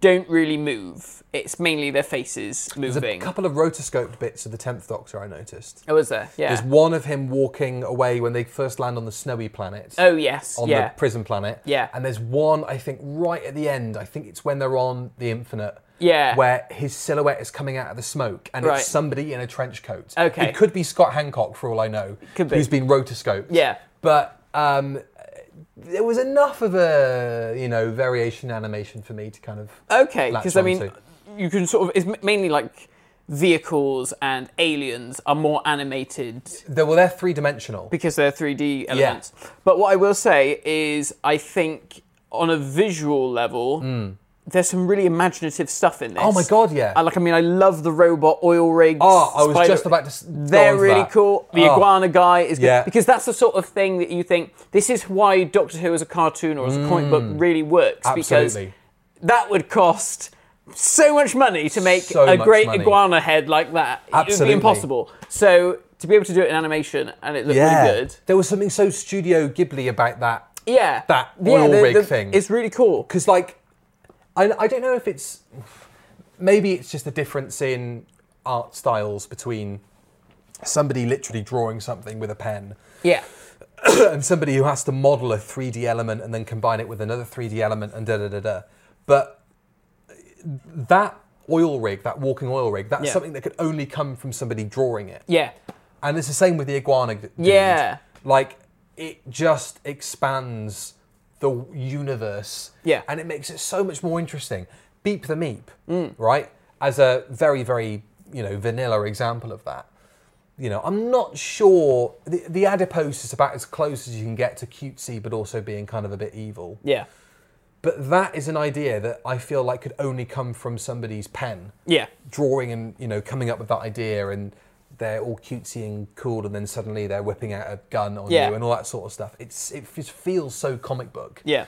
don't really move. It's mainly their faces
There's a
moving.
couple of rotoscoped bits of the tenth Doctor I noticed.
oh, was there? Yeah.
There's one of him walking away when they first land on the snowy planet.
Oh yes.
On
yeah.
the prison planet.
Yeah.
And there's one I think right at the end. I think it's when they're on the infinite.
Yeah.
Where his silhouette is coming out of the smoke and
Right.
it's somebody in a trench coat.
Okay.
It could be Scott Hancock for all I know.
Could be.
Who's been rotoscoped.
Yeah.
But um there was enough of a you know variation in animation for me to kind of
Okay,
latch
because I mean,
onto.
you can sort of it's ma- mainly like vehicles and aliens are more animated
They're, well, they're three dimensional.
because they're 3D elements. But what I will say is, I think on a visual level, there's some really imaginative stuff in this.
Hmm. Oh my God, yeah.
I, like, I mean, I love the robot oil rigs.
Oh, I was just about to s- go
They're
onto
really
that.
cool. The
Oh.
iguana guy is good
Yeah.
because that's the sort of thing that you think this is why Doctor Who as a cartoon or as a comic book really works
Hmm. Absolutely.
because that would cost. So much money to make
So
a
much
great
money.
iguana head like that. It would
Absolutely.
be impossible. So to be able to do it in animation and it looked really good.
There was something so Studio Ghibli about that.
Yeah.
That
Yeah,
oil
the-
rig
the-
thing.
It's really cool.
because like I, I don't know if it's maybe it's just a difference in art styles between somebody literally drawing something with a pen
Yeah.
and somebody who has to model a 3d element and then combine it with another 3d element and da da da da but that oil rig that walking oil rig that's
Yeah.
something that could only come from somebody drawing it
Yeah.
and it's the same with the iguana. d- dude.
Yeah.
Like it just expands the w- universe.
Yeah.
And it makes it so much more interesting. Beep the meep,
Mm.
right? As a very very you know vanilla example of that. You know, I'm not sure. The, the adipose is about as close as you can get to cutesy, but also being kind of a bit evil.
Yeah.
But that is an idea that I feel like could only come from somebody's pen
Yeah.
drawing and you know coming up with that idea and they're all cutesy and cool and then suddenly they're whipping out a gun on
Yeah.
you and all that sort of stuff it's it just feels so comic book
Yeah.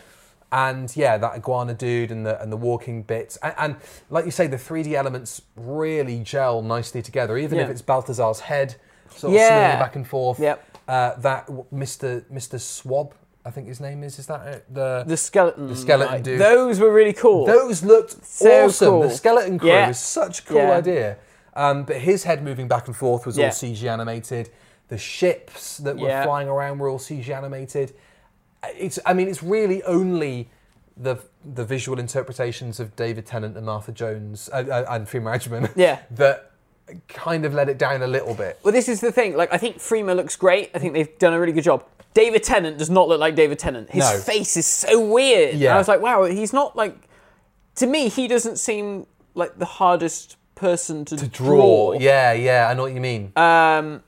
and yeah that iguana dude and the and the walking bits and, and like you say the 3d elements really gel nicely together even if
Yeah.
it's balthazar's head sort of
Yeah.
swinging back and forth
Yep.
uh, that w- mr mr swab i think his name is is that it? the
The skeleton.
The skeleton
like,
dude.
Those were really cool.
those looked
So
awesome.
cool.
The skeleton crew
Yeah.
is such a cool
Yeah.
idea. Um, but his head moving back and forth was
Yeah.
all CG animated. The ships that were
Yeah.
flying around were all CG animated. It's, I mean, it's really only the the visual interpretations of David Tennant and Martha Jones uh, uh, and Fee Rajman
Yeah.
that kind of let it down a little bit.
Well, this is the thing. Like, I think Freema looks great. I think they've done a really good job. David Tennant does not look like David Tennant. His
No.
face is so weird. And
Yeah.
I was like, wow, he's not like. To me, he doesn't seem like the hardest person to,
Draw. Yeah, yeah, I know what you mean.
Um,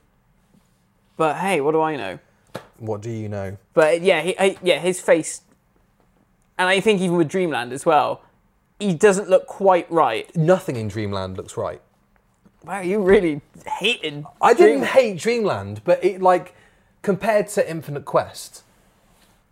but hey, what do I know?
what do you know?
But yeah, he, I, yeah, his face, and I think even with Dreamland as well, he doesn't look quite right.
Nothing in Dreamland looks right.
Wow, you really hated.
I didn't
Dream-
hate Dreamland, but it like compared to Infinite Quest,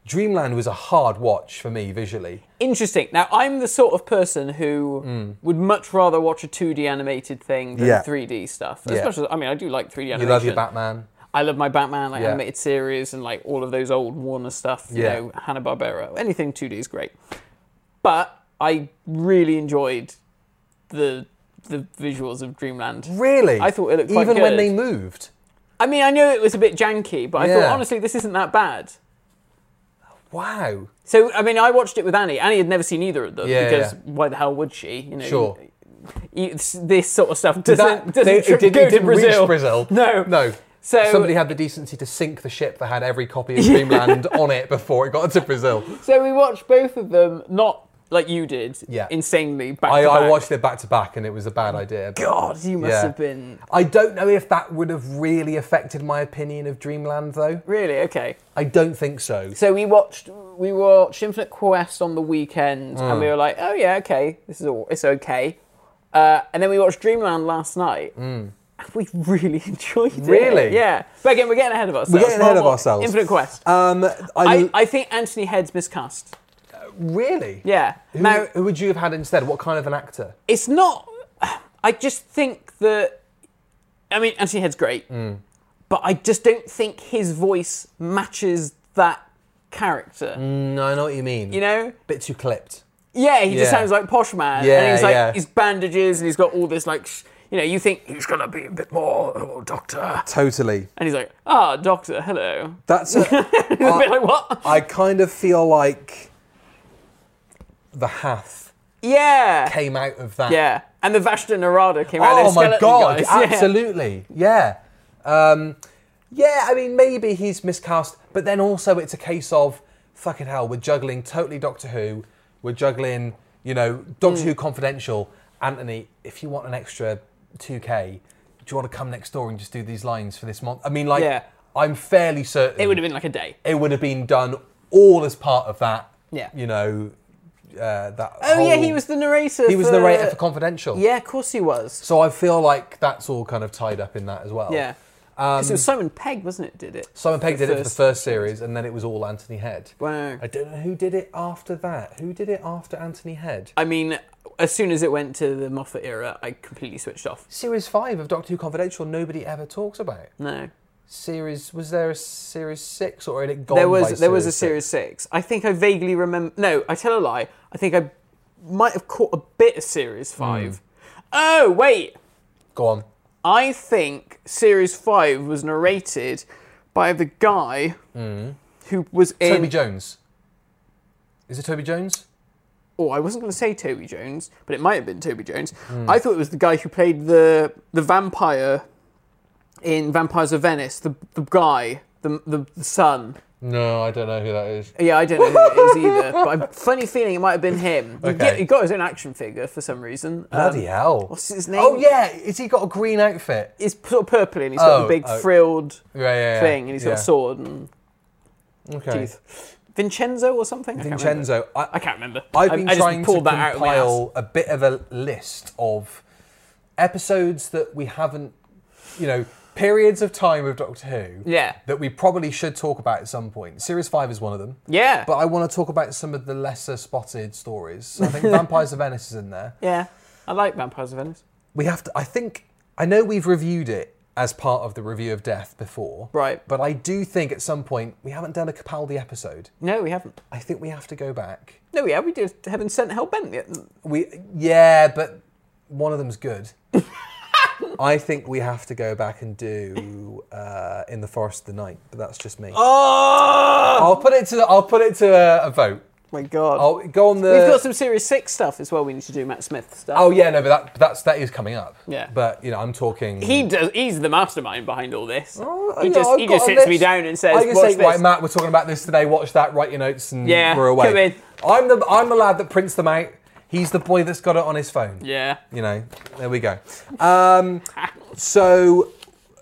Dreamland was a hard watch for me visually.
Interesting. Now I'm the sort of person who would much rather watch a 2D animated thing than
Mm. Yeah.
3D stuff. As
Yeah.
much as I mean, I do like 3D animation.
You love your Batman.
I love my Batman like
Yeah.
animated series and like all of those old Warner stuff, you
Yeah.
know, Hanna Barbera. Anything 2D is great. But I really enjoyed the the visuals of Dreamland.
Really?
I thought it looked quite
Even when
good.
they moved.
I mean, I knew it was a bit janky, but I
Yeah.
thought honestly this isn't that bad.
Wow.
So I mean, I watched it with Annie. Annie had never seen either of them
Yeah,
because
yeah.
why the hell would she? You know,
Sure.
you- this sort of stuff doesn't,
That-
doesn't
they-
tr-
did-
go to
didn't
Brazil.
reach Brazil.
No,
No.
So
somebody had the decency to sink the ship that had every copy of Dreamland on it before it got to Brazil.
so we watched both of them, not like you did,
Yeah.
insanely back
I,
to
I
back.
watched it back to back and it was a bad idea. but-
God, you must
Yeah.
have been
I don't know if that would have really affected my opinion of Dreamland though.
really okay.
I don't think so.
So we watched we watched Infinite Quest on the weekend,
Mm.
and we were like, oh yeah, okay, this is all, it's okay. Uh, and then we watched Dreamland last night. and We really enjoyed it.
Mm. Really?
Yeah. But again, we're getting ahead of ourselves.
getting ahead of
Well,
ourselves.
Infinite Quest.
Um,
I, I think Anthony Head's miscast.
really?
Yeah.
Who,
now,
who would you have had instead? What kind of an actor?
it's not. I just think that. I mean, Anthony Head's great,
Mm.
but I just don't think his voice matches that character.
No, Mm, I know what you mean.
You know?
bit too clipped.
Yeah, he just
Yeah.
sounds like posh man. and
Yeah,
he's like
yeah.
his bandages, and he's got all this like, sh- you know, you think he's gonna be a bit more oh, doctor,
Totally.
and he's like, ah, doctor, hello.
That's. A,
He's a bit like what?
I kind of feel like the Hath
Yeah,
came out of that.
yeah. And the Vashta Narada came out.
Oh
those
my
skeleton
god!
guys. Yeah.
Absolutely. Yeah. Um, yeah. I mean, maybe he's miscast, but then also it's a case of fucking
Hmm.
hell. We're juggling totally Doctor Who. We're juggling, you know, Doctor Who Confidential. Anthony, if you want an extra 2K, do you want to come next door and just do these lines for this month? I mean, like,
Yeah.
I'm fairly certain
It would have been like a day.
it would have been done all as part of that.
Yeah.
You know, uh, that.
Oh yeah,
whole-
he was the narrator.
He was
for...
the narrator for Confidential.
Yeah, of course he was.
So I feel like that's all kind of tied up in that as well.
Yeah. 'Cause it was Simon Pegg, wasn't it? Did it?
um, Simon Pegg did it for the
first-
first series, and then it was all Anthony Head.
Wow.
I don't know who did it after that. Who did it after Anthony Head?
I mean, as soon as it went to the Moffat era, I completely switched off.
Series five of Doctor Who Confidential, nobody ever talks about.
No.
Series was there a series six or had it gone?
there
by
was there was a
six?
series six. I think I vaguely remember. No, I tell a lie. I think I might have caught a bit of series five. Oh wait,
Go on.
I think series five was narrated by the guy who was in.
Toby Jones. Is it Toby Jones?
oh, I wasn't going to say Toby Jones, but it might have been Toby Jones. I thought it was the guy who played the the vampire in Vampires of Venice. The the guy, the the, the son.
No, I don't know who that is.
Yeah, I don't know who it is either, but I'm funny feeling it might have been him. He,
Okay.
get- he got his own action figure for some reason.
Bloody
Um,
hell!
what's his name?
Oh yeah, is he got a green outfit?
It's sort of purpley and he's
Oh,
got the big
oh.
frilled
Yeah, yeah, yeah.
thing and he's got
Yeah.
a sword and
Okay.
teeth. Vincenzo or something? I can't remember.
Vincenzo, I,
I can't remember.
I've
I-
been
I just
trying to
pulled that out of my
compile a bit of a list of episodes that we haven't, you know, periods of time of Doctor Who.
Yeah.
That we probably should talk about at some point. Series five is one of them.
Yeah.
But I want to talk about some of the lesser spotted stories. So I think Vampires of Venice is in there.
Yeah. I like Vampires of Venice.
We have to. I think I know we've reviewed it as part of the review of Death before.
Right.
But I do think at some point we haven't done a Capaldi episode.
No, we haven't.
I think we have to go back.
No, yeah, we did Heaven Sent Hell Bent. yet.
We yeah, but one of them's good. I think we have to go back and do uh, in the forest of the night, but that's just me.
Oh
I'll put it to the, I'll put it to a, a vote.
my god.
I'll go on Oh, the.
We've got some Series 6 stuff as well we need to do, Matt Smith stuff.
Oh yeah, no, but that that's that is coming up.
Yeah.
But you know, I'm talking.
He does. He's the mastermind behind all this.
Oh,
he
no,
just
I've
he
got
just
a
sits me
list.
down and says,
I can
"Watch
say,
this."
right, Matt, we're talking about this today. Watch that. Write your notes, and
Yeah,
we're away.
come in.
I'm the I'm the lad that prints them out. He's the boy that's got it on his phone.
Yeah.
You know, there we go. Um, so,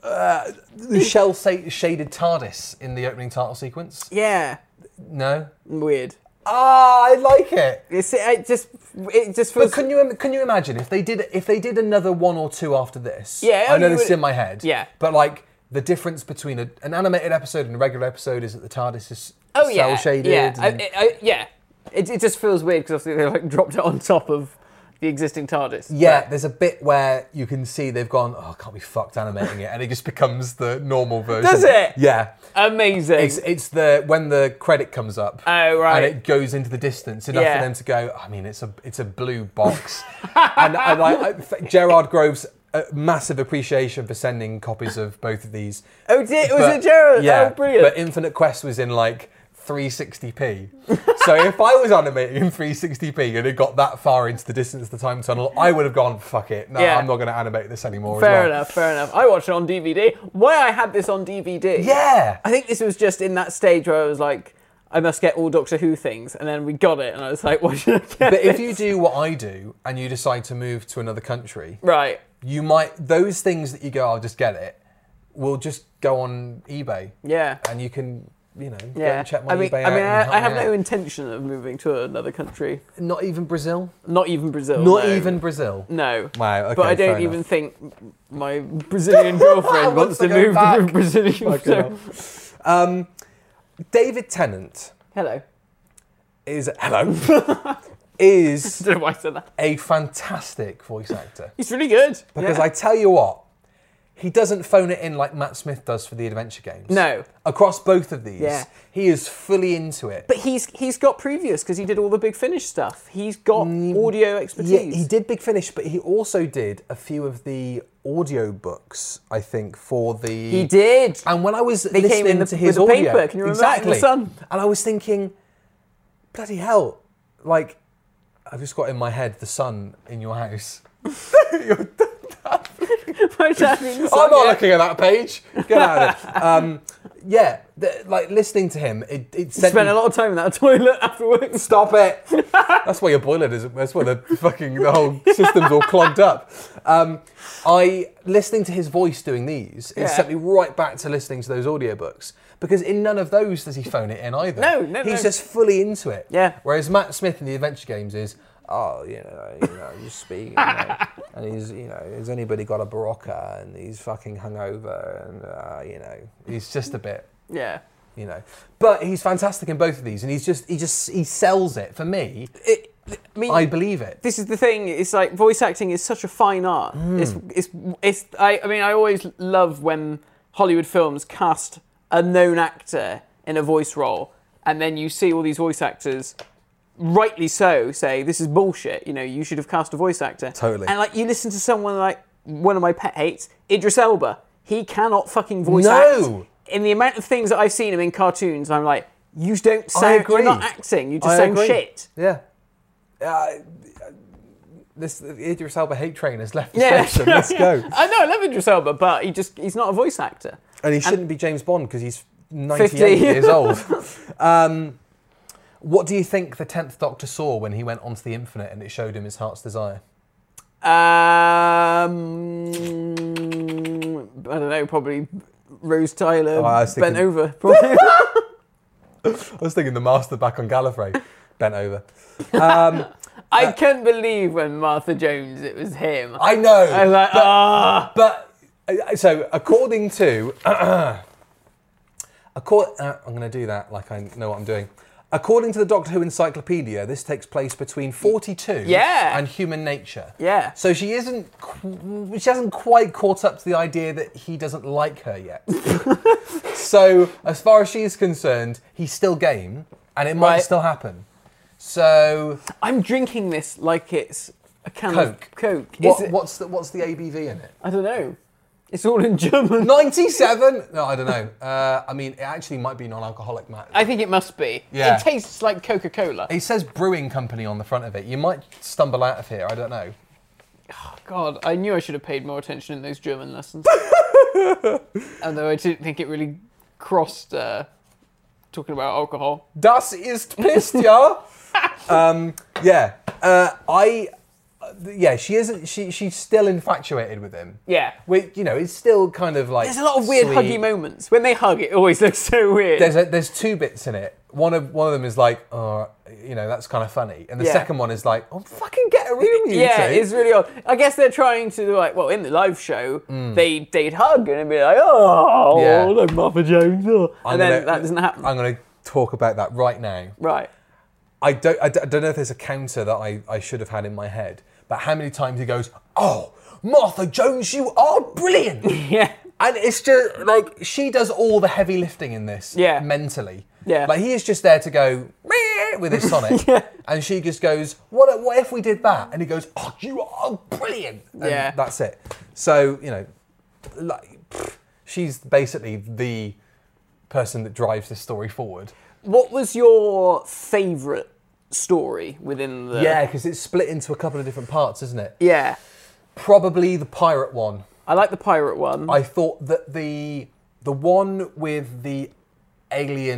uh, the shell sa- shaded TARDIS in the opening title sequence.
Yeah.
No.
Weird.
Ah, I like it.
It's it just it just
But
feels.
can you im- can you imagine if they did if they did another one or two after this?
Yeah,
I know
you
this is
would-
in my head.
Yeah.
but like the difference between a, an animated episode and a regular episode is that the TARDIS is
oh yeah.
cell shaded.
Yeah. I, I, I- yeah. It, it just feels weird because obviously they like dropped it on top of the existing TARDIS.
Yeah, there's a bit where you can see they've gone, oh, can't be fucked animating it, and it just becomes the normal version.
Does it?
Yeah.
Amazing.
It's, it's the when the credit comes up.
Oh, right.
And it goes into the distance enough
Yeah.
for them to go. I mean, it's a it's a blue box, and, and I, I, f- Gerard Groves. uh massive appreciation for sending copies of both of these.
Oh, did- was
But-
it Gerard?
Yeah,
Oh, brilliant.
But Infinite Quest was in like 360p. so if I was animating in 360p and it got that far into the distance of the time tunnel, I would have gone, fuck it. No,
Yeah.
I'm not going to animate this anymore. as
fair
well."
enough. Fair enough. I watched it on DVD. Why I had this on DVD?
Yeah.
I think this was just in that stage where I was like, I must get all Doctor Who things, and then we got it, and I was like, why should I get
But if
this?
you do what I do and you decide to move to another country,
right.
you might those things that you go, I'll just get it, will just go on eBay.
Yeah.
And you can, you know, Uh, go
Yeah,
and check my
I mean,
eBay
I, mean,
out. and
I, I have
help me
no
out.
intention of moving to another country,
Not even Brazil.
not even Brazil.
Not
Oh, no.
even Brazil.
No.
Wow, okay,
but I
fair
don't even
enough.
think my Brazilian girlfriend wants
Wants
to
to go
move to
back.
Brazilian. So.
Um, David Tennant
Hello.
is hello is
Don't know why I said that.
a fantastic voice actor
He's really good.
because
Yeah.
I tell you what, he doesn't phone it in like Matt Smith does for the Adventure Games.
No.
across both of these,
Yeah.
he is fully into it.
But he's he's got previous because he did all the big finish stuff. He's got audio expertise.
Mm, Yeah, he did Big Finish, but he also did a few of the audio books, I think, for the.
He did.
And when I was
They
listening
came in the-
to his
with the
audio,
paper, can you remember that? In
exactly,
the sun.
and I was thinking, bloody hell, like I've just got in my head the sun in your house. You're-
My dad means
I'm not
Sonia.
looking at that page. Get out of it. Um, yeah, th- like listening to him, it, it sent
Spent
me-
a lot of time in that toilet afterwards.
Stop it. That's why your boiler is. That's why the fucking the whole system's all clogged up. Um, I listening to his voice doing these. It
Yeah.
sent me right back to listening to those audiobooks because in none of those does he phone it in either.
No, no,
He's
no.
just fully into it.
Yeah.
Whereas Matt Smith in the Adventure Games is. Oh, you know, you know, he's speaking, you know, and he's, you know, has anybody got a Barocca? And he's fucking hungover, and uh, you know, he's just a bit
Yeah.
you know. But he's fantastic in both of these, and he's just he just he sells it for me.
It, I mean,
I believe it.
this is the thing. It's like voice acting is such a fine art.
Mm.
It's, it's, it's. I, I mean, I always love when Hollywood films cast a known actor in a voice role, and then you see all these voice actors, rightly so, say this is bullshit. You know, you should have cast a voice actor.
Totally.
And like, you listen to someone like one of my pet hates, Idris Elba. He cannot fucking voice
No.
act. In the amount of things that I've seen him in cartoons, I'm like, you don't sound. You're not acting. You just
I
sound
agree.
shit.
Yeah. Uh, this Idris Elba hate train has left the
Yeah.
station. Let's go.
I know, I love Idris Elba, but he just he's not a voice actor.
And he shouldn't be James Bond because he's 98
50.
years old. um, what do you think the 10th Doctor saw when he went onto the infinite and it showed him his heart's desire?
Um, I don't know, probably Rose Tyler
Oh, I was
bent
thinking-
over. Probably.
I was thinking the master back on Gallifrey, bent over.
I couldn't believe when Martha Jones it was him.
I know.
I was like, ah,
But uh, so, according to, according, uh, I'm going to do that like I know what I'm doing. According to the Doctor Who encyclopedia, this takes place between 42
Yeah.
and human nature.
Yeah.
So she isn't, qu- she hasn't quite caught up to the idea that he doesn't like her yet. so as far as she is concerned, he's still game, and it might
Right.
still happen. So
I'm drinking this like it's a can
Coke,
of Coke. Is
What,
it?
what's the what's the ABV in it?
I don't know. It's all in German.
97? No, I don't know. Uh, I mean, it actually might be non alcoholic, Matt.
I think it must be.
Yeah.
It tastes like Coca Cola.
it says brewing company on the front of it. You might stumble out of here. I don't know.
God, I knew I should have paid more attention in those German lessons. Although I didn't think it really crossed uh, talking about alcohol.
Das ist pissed, ja? um, yeah. Uh, I. uh, Yeah, she isn't. She she's still infatuated with him.
Yeah.
which you know it's still kind of like.
There's a lot of weird
sweet.
huggy moments. When they hug, it always looks so weird.
There's a, there's two bits in it. One of one of them is like, oh, you know, that's kind of funny, and the
Yeah.
second one is like, oh, fucking get a room, you
yeah,
two.
it's really odd. I guess they're trying to like, well, in the live show, they they'd hug and it'd be like, oh,
Mm. Yeah.
like Martha Jones, oh.
I'm
and then
gonna-
that doesn't happen.
I'm going to talk about that right now.
right.
I don't, I don't I don't know if there's a counter that I, I should have had in my head, but how many times he goes, Oh, Martha Jones, you are brilliant.
Yeah.
And it's just like she does all the heavy lifting in this
Yeah.
mentally.
Yeah.
Like he is just there to go "Meh," with his sonic. And she just goes, what, what if we did that? And he goes, Oh, you are brilliant. And
Yeah.
That's it. So, you know, like, pfft, she's basically the person that drives this story forward.
What was your favourite story within the?
Yeah, because it's split into a couple of different parts, isn't it?
Yeah.
Probably the pirate one.
I like the pirate one.
I thought that the the one with the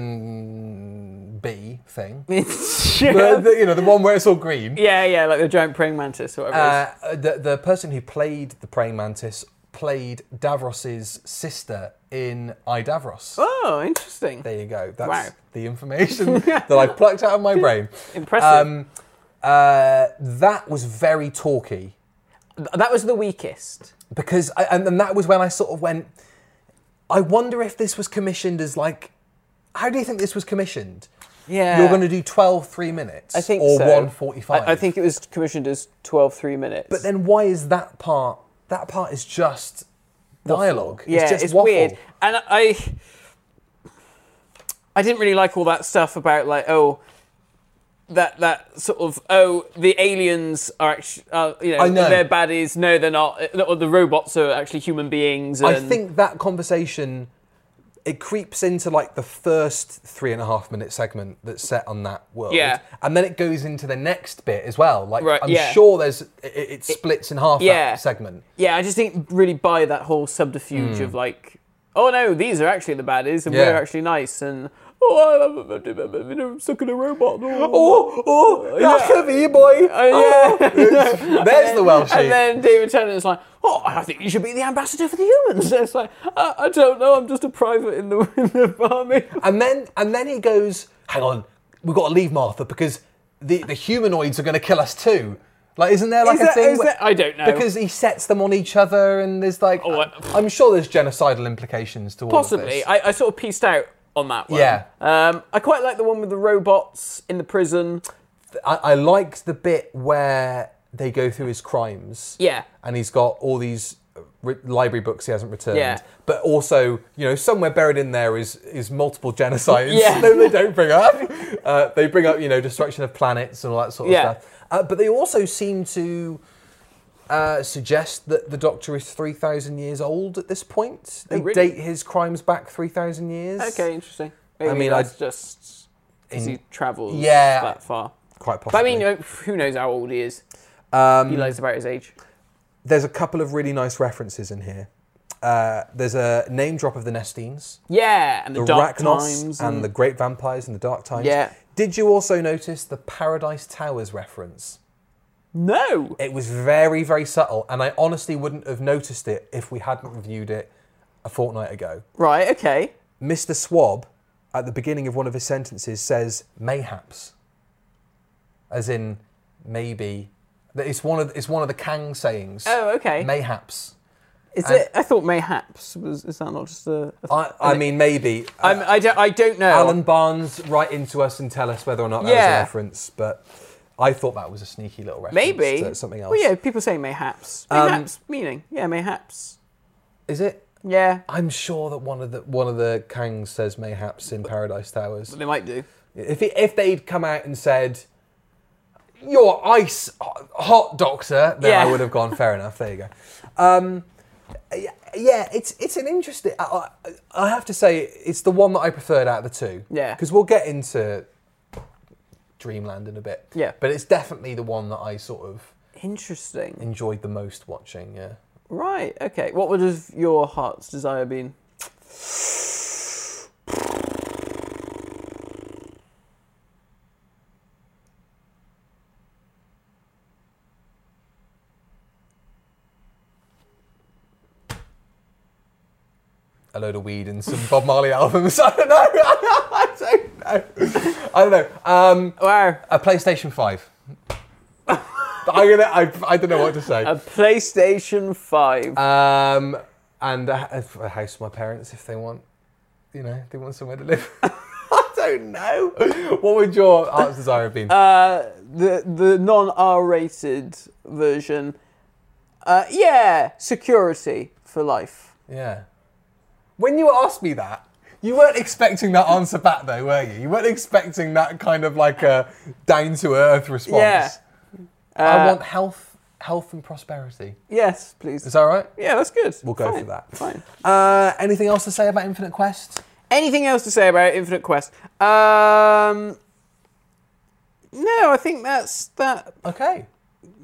alien bee thing,
Yeah.
the, the- you know, the one where it's all green.
Yeah, yeah, like the giant praying mantis or whatever. it is.
Uh, the the person who played the praying mantis played Davros's sister in I Davros.
oh, interesting.
There you go. That's
Wow.
the information that I plucked out of my brain.
Impressive.
um, uh, that was very talky.
Th- that was the weakest.
because I, and, and that was when I sort of went. I wonder if this was commissioned as like, how do you think this was commissioned?
Yeah.
You're going to do 12 three minutes,
Uh, I think
or
so.
one forty-five.
I, I think it was commissioned as 12 3 minutes.
But then why is that part? That part is just dialogue.
yeah,
it's just waffle.
weird. And I I didn't really like all that stuff about like oh that that sort of oh the aliens are actually uh, you know,
I know.
they're baddies no they're not or the robots are actually human beings and
I think that conversation it creeps into like the first three and a half minute segment that's set on that world.
Yeah.
And then it goes into the next bit as well. Like
Right,
I'm
yeah.
sure there's it, it splits in half
Yeah.
that segment.
Yeah, I just didn't really buy that whole subterfuge of like, oh no, these are actually the baddies and
Hmm. Yeah.
we're actually nice and oh, I'm, I'm, I'm, I'm, I'm stuck in a robot.
Oh, oh, that's
yeah.
a V-boy.
Oh, yeah.
yeah. There's the Welsh.
And then David Tennant is like, "Oh, I think you should be the ambassador for the humans." And it's like, I, "I don't know. I'm just a private in the in the army."
And then and then he goes, "Hang on, we've got to leave Martha because the the humanoids are going to kill us too." Like, isn't there like
Is
a
that-
thing?
is
where-
that- I don't know.
because he sets them on each other, and there's like,
Oh, I-
I'm sure there's genocidal implications to all of
Possibly,
this.
I, I sort of pieced out on that one.
Yeah.
Um, I quite like the one with the robots in the prison.
I, I liked the bit where they go through his crimes.
Yeah.
And he's got all these uh, ri library books he hasn't returned.
Yeah.
But also, you know, somewhere buried in there is is multiple genocides
Yeah.
that they don't bring up. Uh, they bring up, you know, destruction of planets and all that sort of
Yeah.
stuff. Uh, but they also seem to uh, suggest that the Doctor is 3,000 years old at this point. They
Oh, really?
date his crimes back 3,000 years.
Okay, interesting. Maybe
mean, I-
that's just because
In-
he travels
Yeah.
that far.
Quite possibly.
But I mean, uh, who knows how old he is?
Um,
he lies about his age.
there's a couple of really nice references in here. Uh, there's a name drop of the Nestines,
Yeah, and the,
the
dark
Arachnos,
times
and the Great Vampires and the Dark Times.
Yeah.
Did you also notice the Paradise Towers reference?
no.
It was very, very subtle, and I honestly wouldn't have noticed it if we hadn't reviewed it a fortnight ago.
Right. Okay.
Mr. Swab, at the beginning of one of his sentences, says "mayhaps," as in maybe. It's one of it's one of the Kang sayings.
Oh, okay.
Mayhaps.
Is it? I thought mayhaps was. Is that not just a? a
I, I mean, maybe. uh,
I'm, I don't. I don't know.
Oh, Alan Barnes write into us and tell us whether or not that was
Yeah.
a reference, but I thought that was a sneaky little reference
Maybe
to something else. Um,
Well, yeah. People say mayhaps. Mayhaps meaning. Yeah. Mayhaps.
Is it?
Yeah.
I'm sure that one of the one of the Kangs says mayhaps in Paradise Towers.
They might do.
If it, if they'd come out and said you're ice hot doctor, then I
Yeah.
would have gone fair enough. There you go. Um, y- yeah, it's it's an interesting. I, I- I have to say it's the one that I preferred out of the two.
Yeah.
because we'll get into Dreamland in a bit.
Yeah.
but it's definitely the one that I sort of
Interesting.
enjoyed the most watching. Yeah.
Right. Okay. What would have your heart's desire been?
a load of weed and some Bob Marley albums. I don't know. I don't know. I don't know. Um,
Wow.
a PlayStation Five. I'm gonna. I, I don't know what to say.
A PlayStation Five.
Um, and a, a house for my parents if they want. You know, they want somewhere to live. I don't know. What would your heart's desire have been?
the the non R rated version. Uh, yeah, security for life.
yeah. When you asked me that. You weren't expecting that answer back, though, were you? You weren't expecting that kind of like a down to earth response.
Yeah. Uh,
I want health, health and prosperity.
Yes, please.
Is that right?
yeah, that's good.
We'll go for
Fine,
that.
Fine.
Uh, anything else to say about Infinite Quest?
Anything else to say about Infinite Quest? Um, no, I think that's that.
Okay,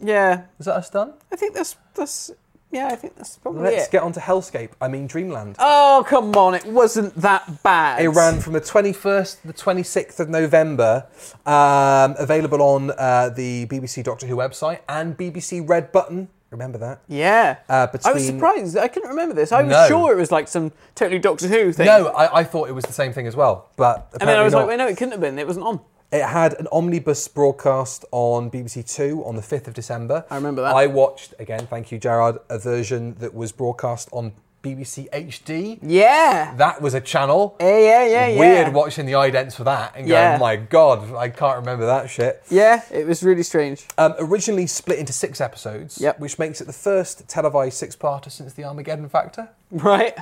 Yeah,
is that us done?
I think that's that's. Oh, Yeah, I think that's probably
Let's
it.
get on to Hellscape. I mean Dreamland.
oh come on! It wasn't that bad.
It ran from the 21st to the 26th of November, um, available on uh, the BBC Doctor Who website and BBC Red Button. Remember that?
Yeah. I
Uh,
was
between-
surprised. I couldn't remember this. I was
No.
sure it was like some totally Doctor Who thing.
No, I, I thought it was the same thing as well, but apparently
And then I was
not.
like, wait, no, it couldn't have been. It wasn't on.
It had an omnibus broadcast on BBC Two on the 5th of December. I
remember that.
I watched, again, thank you, Gerard, a version that was broadcast on BBC HD.
Yeah.
That was a channel.
Yeah, yeah, yeah, yeah.
Weird watching the idents for that and going,
Yeah.
my God, I can't remember that shit.
Yeah, it was really strange.
Um, originally split into six episodes,
Yep.
which makes it the first televised six-parter since the Armageddon Factor.
Right?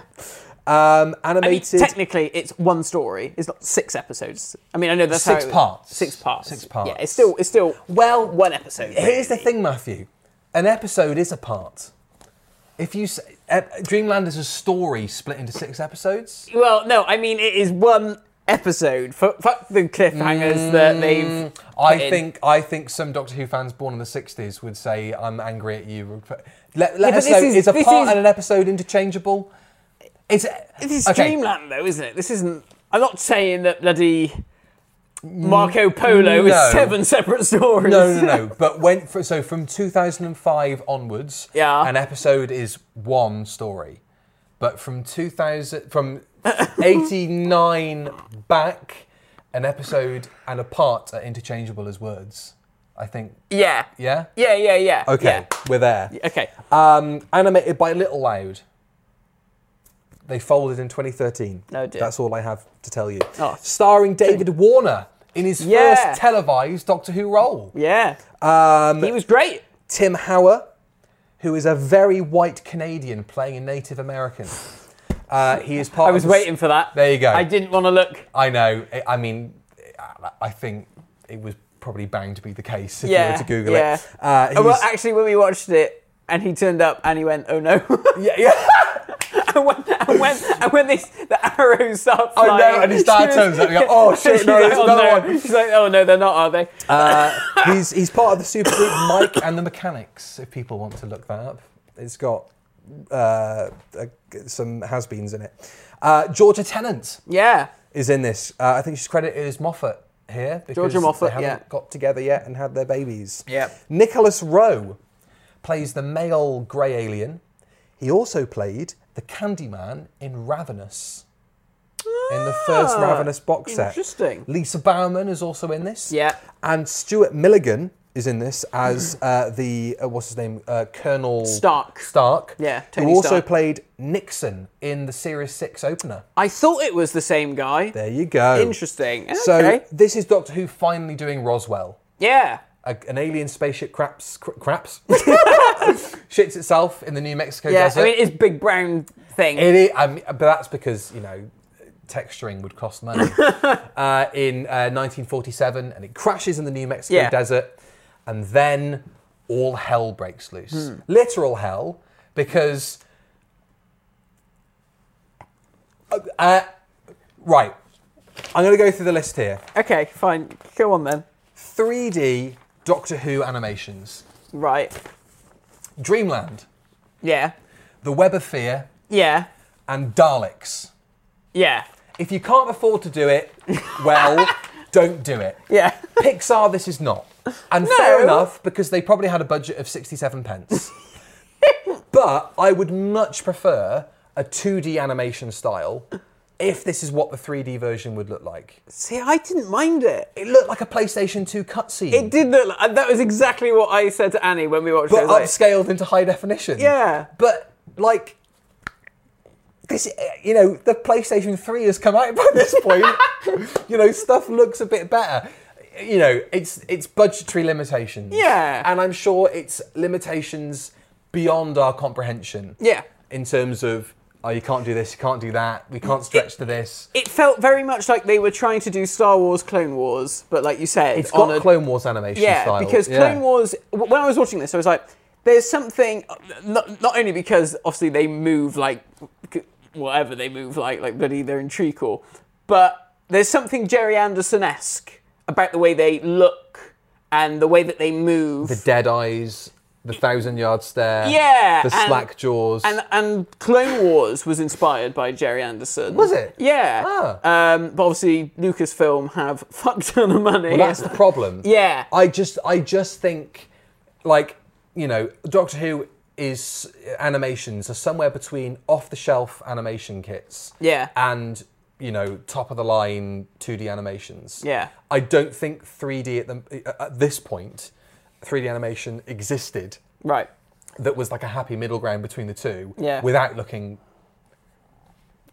Um,
I mean,
animated.
technically, it's one story. It's not six episodes. I mean, I know that's how
Six
it-
parts.
Six parts.
Six parts.
Yeah, it's still, it's still
Well,
one episode.
Here's the thing, Matthew. An episode is a part. If you say, ep- Dreamland is a story split into six episodes.
Well, no, I mean it is one episode. Fuck, fuck the cliffhangers that they've.
I
put in.
think I think some Doctor Who fans born in the '60s would say, "I'm angry at you." Let, let
but
us
this
know:
is-
is, a
this
part
is-
and an episode interchangeable? It's
This is
okay.
Dreamland, though, isn't it? This isn't. I'm not saying that bloody Marco Polo
Mm, no.
is seven separate stories.
No, no, no. But when for, so from 2005 onwards,
Yeah.
an episode is one story. But from 2000 from 89 back, an episode and a part are interchangeable as words. I think.
Yeah.
Yeah.
Yeah. Yeah. Yeah.
Okay, we're there.
Yeah. Okay.
Um, animated by Little Loud. They folded in 2013.
Oh, dear.
That's all I have to tell you.
Oh.
Starring David Warner in his
Yeah.
first televised Doctor Who role.
Yeah.
Um,
he was great.
Tim Hauer, who is a very white Canadian playing a Native American. Uh, he is part.
I was
of the s-
waiting for that.
There you go.
I didn't want to look.
I know. I- I mean, I- I think it was probably bound to be the case if you
Yeah.
were to Google
yeah.
it. Uh, he
Oh, well,
was-
actually, when we watched it, and he turned up, and he went, "Oh no."
yeah, yeah.
And when, and when, and when they, the arrows start
I
flying,
know, Oh, and his dad
she
turns up and goes, "Oh, shit,
she's
no, it's
oh,
another
no."
one.
She's like, oh no, they're not, are they?
Uh, he's he's part of the supergroup Mike and the Mechanics. If people want to look that up, it's got uh, uh, some has-beens in it. Uh, Georgia Tennant.
yeah,
is in this. Uh, I think she's credited as Moffat here because
Georgia Moffat,
they haven't
yeah.
got together yet and had their babies.
Yep.
Nicholas Rowe plays the male grey alien. He also played the Candyman in Ravenous. In the first
Ah,
Ravenous box set.
interesting.
Lisa Bauman is also in this.
Yeah.
And Stuart Milligan is in this as uh, the, uh, what's his name, uh, Colonel
Stark.
Stark.
Yeah,
who
Tony
also
Stark.
played Nixon in the Series 6 opener.
I thought it was the same guy.
There you go.
Interesting.
So
Okay.
this is Doctor Who finally doing Roswell.
Yeah,
A, an alien spaceship craps cr- craps shits itself in the New Mexico
yeah.
desert.
I mean, it's big brown thing.
It is, I mean, but that's because you know texturing would cost money. uh, in uh, 1947, and it crashes in the New Mexico
Yeah.
desert, and then all hell breaks loose. Literal hell, because. Uh, uh, right, I'm going to go through the list here.
okay, fine. Go on then.
3D Doctor Who animations,
Right.
Dreamland,
Yeah.
The Web of Fear,
Yeah.
and Daleks.
Yeah.
If you can't afford to do it, well, don't do it.
Yeah.
Pixar, this is not. And fair enough, because they probably had a budget of 67 pence. but I would much prefer a 2D animation style if this is what the 3D version would look like.
See, I didn't mind it.
It looked like a PlayStation 2 cutscene.
It did look. Like, that was exactly what I said to Annie when we watched it. I
but
was like,
upscaled into high definition.
Yeah.
But like this, eh, you know, the PlayStation Three has come out by this point. you know, stuff looks a bit better. You know, it's it's budgetary limitations.
Yeah.
And I'm sure it's limitations beyond our comprehension.
Yeah.
In terms of. Oh, you can't do this. You can't do that. We can't stretch to this.
it felt very much like they were trying to do Star Wars Clone Wars, but like you said,
It's
on
got
a-
Clone Wars animation
Yeah,
style.
because
Yeah.
Clone Wars. w- When I was watching this, I was like, "There's something." Not, not only because obviously they move like c- whatever they move like, like bloody they're in treacle, but there's something Jerry Anderson esque about the way they look and the way that they move.
the dead eyes, the thousand yard stare,
yeah,
the
and-
slack jaws,
and and Clone Wars was inspired by Jerry Anderson.
Was it?
Yeah.
Ah.
Um, but obviously Lucasfilm have fucked ton of money.
Well, that's the problem.
Yeah.
I just, I just think, like, you know, Doctor Who is animations are somewhere between off-the-shelf animation kits,
Yeah.
and you know, top-of-the-line 2D animations.
Yeah.
I don't think 3D at the at this point, 3D animation existed
right.
that was like a happy middle ground between the two,
Yeah.
without looking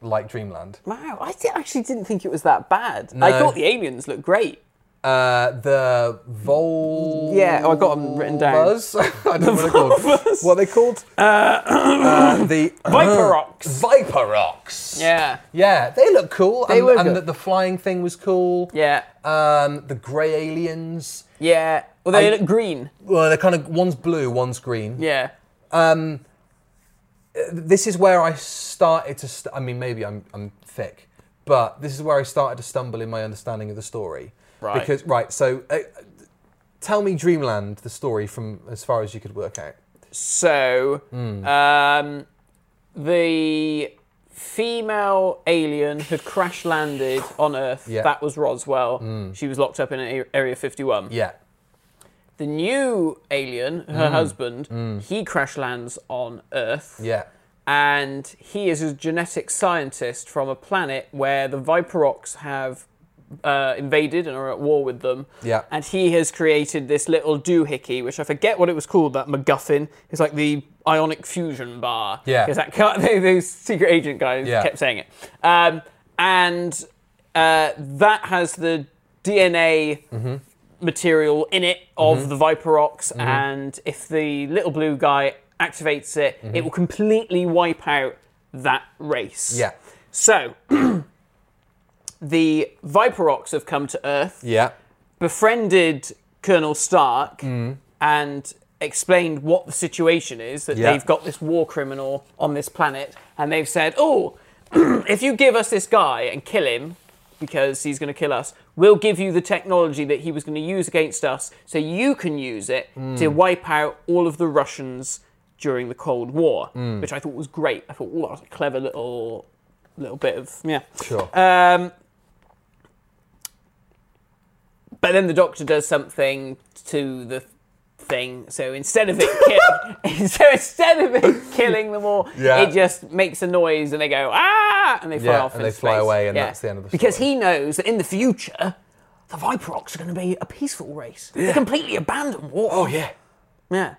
like Dreamland.
Wow, I di- actually didn't think it was that bad. I thought the aliens looked great.
Uh, the Vol.
Yeah, oh, I got 'em written down.
Volvas? I don't know what they're called. What are they called? Uh, the uh,
Viperox.
Viperox.
Yeah.
Yeah, they look cool.
They
and,
were
and
good.
The, the flying thing was cool.
Yeah.
Um, the grey aliens.
Yeah. Well, they
I-
look green.
Well, they're kind of one's blue, one's green.
Yeah.
this is where I started to. St- I mean, maybe I'm I'm thick, but this is where I started to stumble in my understanding of the story.
Right.
Because right, so uh, tell me Dreamland the story from as far as you could work out.
So, um, the female alien had crash landed on Earth.
Yeah.
That was Roswell. She was locked up in A- Area 51.
Yeah.
The new alien, her husband, he crash lands on Earth.
Yeah.
And he is a genetic scientist from a planet where the Viperox have uh, invaded and are at war with them.
Yeah.
And he has created this little doohickey, which I forget what it was called, that MacGuffin. It's like the ionic fusion bar.
Yeah.
Because that guy, the, the secret agent guy
Yeah.
kept saying it. Um, and uh, that has the DNA material in it of the Viperox, and if the little blue guy activates it, it will completely wipe out that race.
Yeah.
So, the Viperox have come to Earth,
Yeah.
befriended Colonel Stark, and explained what the situation is that
Yeah.
they've got this war criminal on this planet, and they've said, oh, if you give us this guy and kill him, because he's going to kill us, we'll give you the technology that he was going to use against us so you can use it to wipe out all of the Russians during the Cold War, which I thought was great. I thought, oh, that was a clever little little bit of, yeah.
Sure.
Um, but then the doctor does something to the thing. So instead of it, kill- so instead of it killing them all,
Yeah.
it just makes a noise and they go ah, and they fly
Yeah,
off.
and
into
they fly
space.
away and that's the end of the
Because
story.
he knows that in the future, the Viperox are going to be a peaceful race. They completely abandon war.
oh yeah. Oh,
Yeah.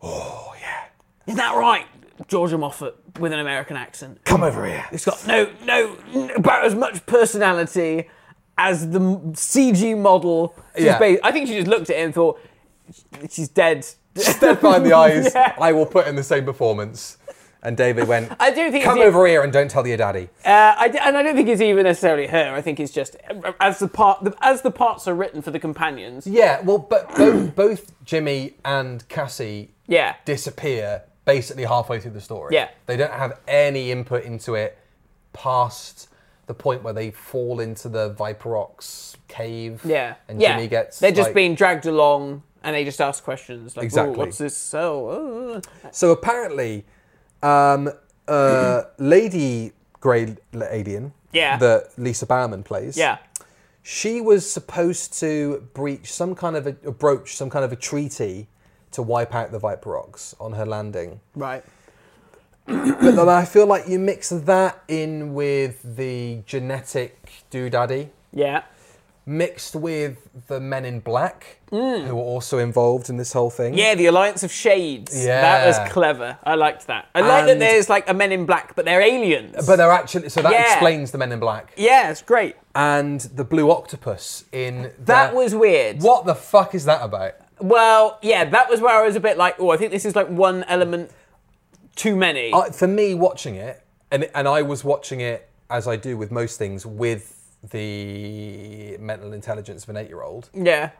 Oh yeah. Is that right, Georgia Moffat with an American accent?
Come over here.
It's got no, no, n- about as much personality as the m- CG model. She's
Yeah.
ba- I think she just looked at him and thought, she's dead.
Step behind the eyes.
Yeah.
I will put in the same performance. And David went.
I do think
Come
it's-
over here and don't tell your daddy.
Uh, I d- and I don't think it's even necessarily her. I think it's just as the part the, as the parts are written for the companions.
Yeah, well, but both, both Jimmy and Cassie
Yeah.
disappear basically halfway through the story.
Yeah.
They don't have any input into it past the point where they fall into the Viperox cave.
Yeah.
And
yeah.
Jimmy gets.
They're just
like-
being dragged along and they just ask questions like, "Ooh,
Exactly.
what's this cell? Uh,
So apparently, um, uh, Lady Grey Alien,
Yeah.
that Lisa Bauman plays,
Yeah.
she was supposed to breach some kind of a, a broach, some kind of a treaty to wipe out the Viperox on her landing.
Right.
But then I feel like you mix that in with the genetic doodaddy,
Yeah.
mixed with the men in black,
Mm.
who were also involved in this whole thing.
Yeah, the Alliance of Shades. That
Yeah.
was clever. I liked that. I like that
And-
there's like a Men in Black, but they're aliens.
But they're Uh-huh. actually, so that
Yeah.
explains the men in black.
yeah, it's great.
And the blue octopus in.
That
the-
was weird.
What the fuck is that about?
Well, yeah, that was where I was a bit like, oh, I think this is like one element too many.
I, for me, watching it, and and I was watching it as I do with most things with the mental intelligence of an eight-year-old.
yeah,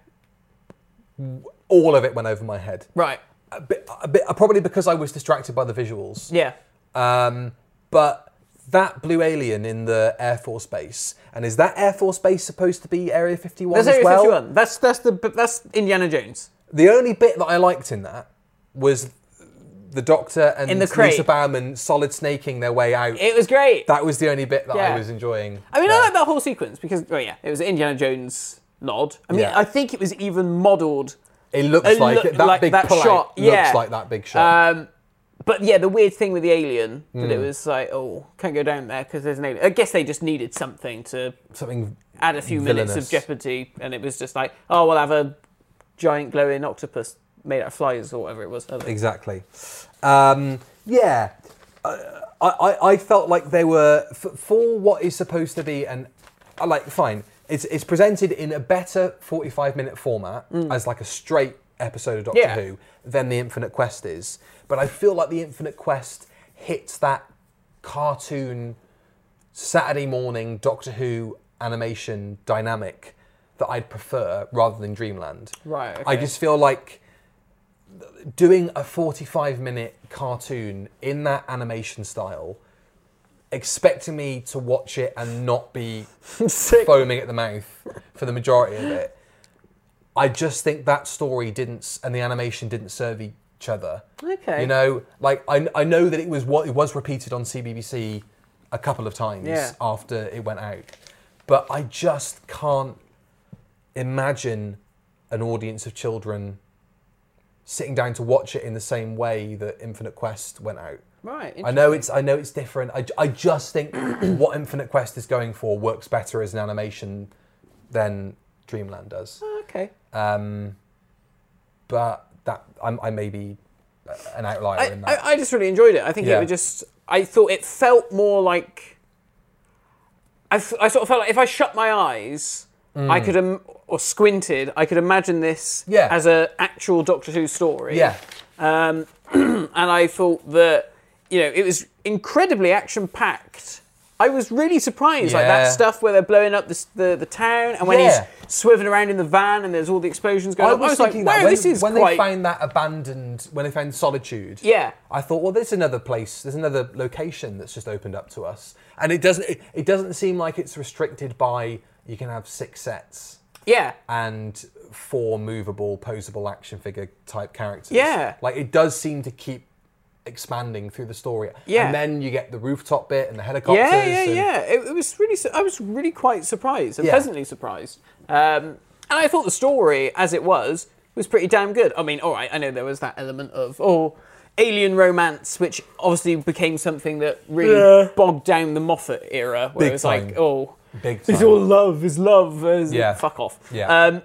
All of it went over my head.
right.
A bit, a bit, probably because I was distracted by the visuals.
Yeah,
Um, but that blue alien in the Air Force base, and is that Air Force base supposed to be Area 51
that's
as
Area
well?
51. That's that's the that's Indiana Jones.
The only bit that I liked in that was the Doctor and
In the crate.
Lisa Bauman solid snaking their way out.
It was great.
that was the only bit that
Yeah.
I was enjoying.
I mean, I
there.
like that whole sequence because, oh yeah, it was Indiana Jones nod. I mean,
Yeah.
I think it was even modelled
It looks
It
like
looked
that
like
big
that
pullout
shot,
looks
yeah.
like that big shot.
Um, but yeah, the weird thing with the alien that
Hmm.
it was like, oh, can't go down there because there's an alien. I guess they just needed something to
Something
add a few minutes
villainous.
of jeopardy, and it was just like, oh, we'll have a giant glowing octopus made out of flies or whatever it was.
Exactly. Um, yeah. I, I, I felt like they were, f- for what is supposed to be an, I like, fine, it's, it's presented in a better 45 minute format as like a straight episode of Doctor
Yeah.
Who than The Infinite Quest is. But I feel like The Infinite Quest hits that cartoon Saturday morning Doctor Who animation dynamic that I'd prefer rather than Dreamland.
Right,
I
okay.
just feel like doing a 45 minute cartoon in that animation style expecting me to watch it and not be
Sick.
foaming at the mouth for the majority of it i just think that story didn't s- and the animation didn't serve each other
Okay.
you know like i, I know that it was what it was repeated on cbbc a couple of times
Yeah.
after it went out but i just can't imagine an audience of children sitting down to watch it in the same way that Infinite Quest went out.
Right,
I know it's I know it's different. I, I just think what Infinite Quest is going for works better as an animation than Dreamland does.
Okay.
But that I'm, I may be an outlier
I,
in
I,
that.
I just really enjoyed it. I think it
Yeah.
was just. I thought it felt more like. I, f- I sort of felt like if I shut my eyes, I could Im- or squinted, I could imagine this
Hmm. Yeah.
as an actual Doctor Who story.
yeah,
Um, and I thought that you know it was incredibly action packed. I was really surprised, like
Yeah.
that stuff where they're blowing up the s- the, the town, and when
Yeah.
he's swerving around in the van, and there's all the explosions going.
I
on.
was,
like,
thinking
wow,
that when,
this is
when
quite.
they found that abandoned, when they found solitude.
Yeah.
I thought, well, there's another place, there's another location that's just opened up to us, and it doesn't, it, it doesn't seem like it's restricted by you can have six sets
yeah,
and four movable, posable action figure type characters.
Yeah.
Like it does seem to keep expanding through the story.
Yeah.
And then you get the rooftop bit and the helicopters.
Yeah, yeah,
and-
yeah. It, it was really. su- I was really quite surprised and
Yeah.
pleasantly surprised. Um, and I thought the story, as it was, was pretty damn good. I mean, all right, I know there was that element of oh, alien romance, which obviously became something that really bogged down the Moffat era, where
Big
it was like
time.
oh,
Big
it's
time.
all love, is love, is
Yeah.
fuck off.
Yeah.
Um,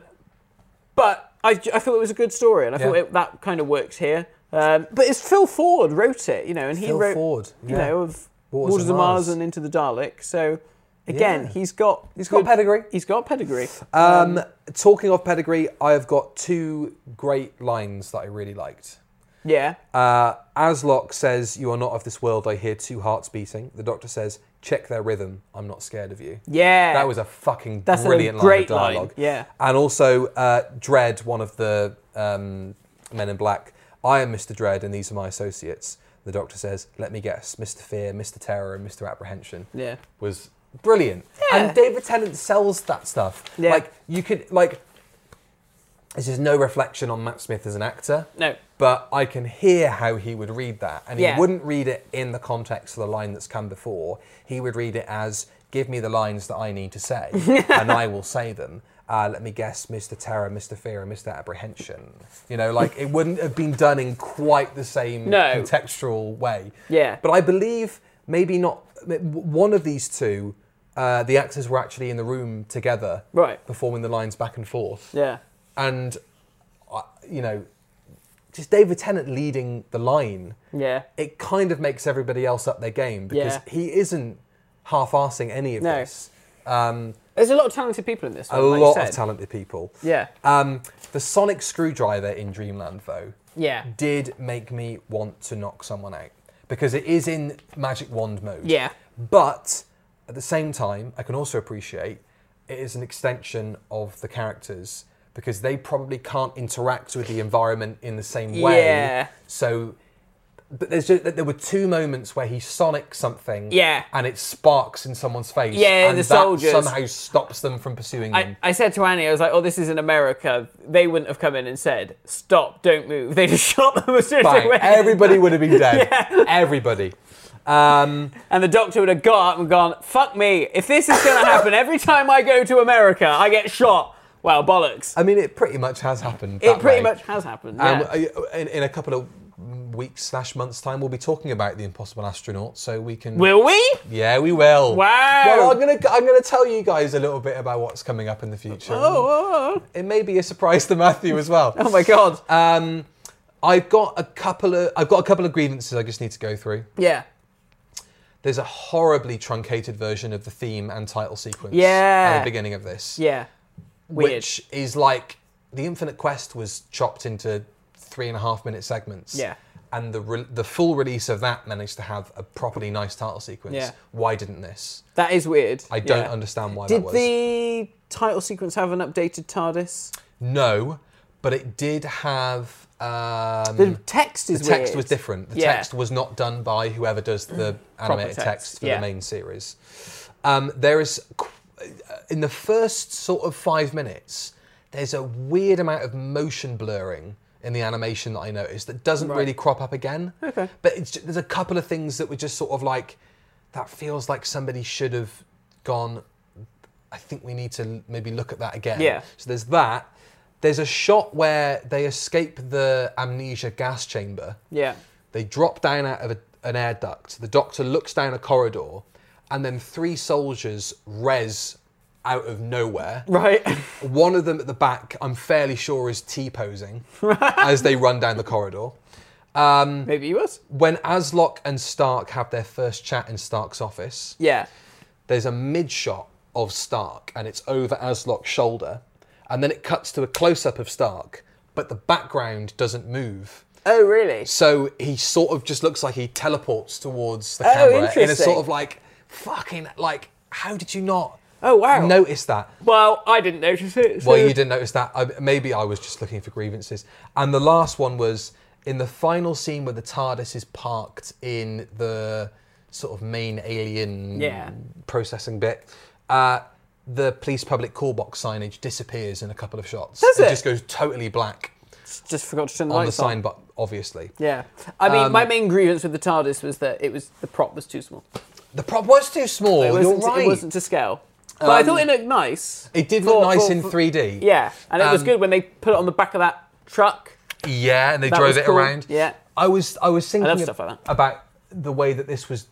but I, j- I thought it was a good story, and I thought
Yeah.
it, that kind of works here. Um, but it's Phil Ford wrote it, you know, and he
Phil
wrote
Ford,
you
yeah.
know, of Waters,
Waters
of
of
Mars
Mars.
and Into the Dalek. So again,
Yeah.
he's got
He's got pedigree.
He's got pedigree.
Um, talking of pedigree, I have got two great lines that I really liked.
yeah.
Uh, Aslock says, You are not of this world. I hear two hearts beating. The doctor says, Check their rhythm. I'm not scared of you.
Yeah.
That was a fucking
That's a
brilliant
great
line
line,
of dialogue.
yeah.
And also, uh, Dread, one of the um, men in black, I am Mr. Dread and these are my associates. The doctor says, Let me guess, Mr. Fear, Mr. Terror, and Mr. Apprehension.
Yeah.
Was brilliant. And David Tennant sells that stuff.
Yeah.
Like, you could, like, this is no reflection on Matt Smith as an actor.
No.
But I can hear how he would read that. And
Yeah.
he wouldn't read it in the context of the line that's come before. He would read it as give me the lines that I need to say, and I will say them. Uh, let me guess, Mr. Terror, Mr. Fear, and Mr. Apprehension. You know, like it wouldn't have been done in quite the same
No.
contextual way.
Yeah.
But I believe maybe not one of these two, uh, the actors were actually in the room together,
Right.
performing the lines back and forth
yeah.
and uh, you know just David Tennant leading the line
Yeah.
it kind of makes everybody else up their game because
Yeah.
he isn't half-assing any of
No.
this um,
There's a lot of talented people in this.
a
One, like you
lot
said.
of talented people
Yeah.
um, the sonic screwdriver in dreamland though
Yeah.
did make me want to knock someone out because it is in magic wand mode
Yeah.
but at the same time, I can also appreciate it is an extension of the characters because they probably can't interact with the environment in the same way.
Yeah.
So, but there's just, there were two moments where he sonic something.
Yeah.
And it sparks in someone's face.
Yeah,
and
the
that
soldiers.
somehow stops them from pursuing
I,
them.
I said to Annie, I was like, "Oh, this is in America. They wouldn't have come in and said, stop, don't move.' They just shot them straight
Bang.
away.
Everybody would have been dead. Everybody. Um,
And the doctor would have got up and gone, fuck me, if this is going to happen every time I go to America, I get shot. Well, bollocks.
I mean, it pretty much has happened.
it
Uh, that
pretty
way.
much has happened.
Um,
yeah.
I- in, in a couple of weeks slash months time, we'll be talking about the Impossible Astronaut, so we can.
Will we?
yeah, we will.
Wow.
Well, I'm gonna I'm gonna tell you guys a little bit about what's coming up in the future.
Oh,
It may be a surprise to Matthew as well.
oh my god.
Um, I've got a couple of I've got a couple of grievances I just need to go through.
yeah.
There's a horribly truncated version of the theme and title sequence
Yeah.
at the beginning of this.
Yeah. Weird.
which is like the Infinite Quest was chopped into three and a half minute segments.
Yeah.
And the re- the full release of that managed to have a properly nice title sequence.
Yeah.
Why didn't this?
that is weird.
I don't
Yeah.
understand why that
Did
was.
the title sequence have an updated TARDIS?
No, but it did have. Um,
The text is
the text
weird.
was different. The
Yeah. Mm.
text was not done by whoever does the animated
text,
text. for
yeah.
the main series. Um, there is qu- uh, in the first sort of five minutes, there's a weird amount of motion blurring in the animation that I noticed that doesn't really crop up again. Okay, but it's ju- there's a couple of things that were just sort of like that feels like somebody should have gone. I think we need to maybe look at that again.
Yeah.
So there's that. There's a shot where they escape the amnesia gas chamber.
Yeah.
They drop down out of a, an air duct. The doctor looks down a corridor, and then three soldiers res out of nowhere.
Right.
One of them at the back, I'm fairly sure, is T posing as they run down the corridor.
Maybe he was.
When Aslock and Stark have their first chat in Stark's office,
Yeah.
there's a mid shot of Stark and it's over Aslock's shoulder. And then it cuts to a close up of Stark, but the background doesn't move.
Oh, really?
So he sort of just looks like he teleports towards the
Oh,
camera in a
interesting.
sort of like, fucking, like, how did you not
Oh, wow.
notice that?
Well, I didn't notice it. so-
Well, you didn't notice that. I, maybe I was just looking for grievances. And the last one was in the final scene where the TARDIS is parked in the sort of main alien
Yeah.
processing bit. Uh, the police public call box signage disappears in a couple of shots.
Does it?
just goes totally black
Just forgot to turn the
on the
lights
sign, Um, but obviously.
Yeah. I mean, my main grievance with the TARDIS was that it was the prop was too small.
The prop was too small.
It
You're
wasn't,
right. Um,
it wasn't to scale. But I thought it looked nice.
It did
For-
look nice
for-
in
for-
3D.
Yeah, and it was
Um,
good when they put it on the back of that truck.
Yeah, and they
That
drove
was
it
cool.
around.
Yeah.
I was I was thinking
love
ab-
stuff like that.
about the way that this was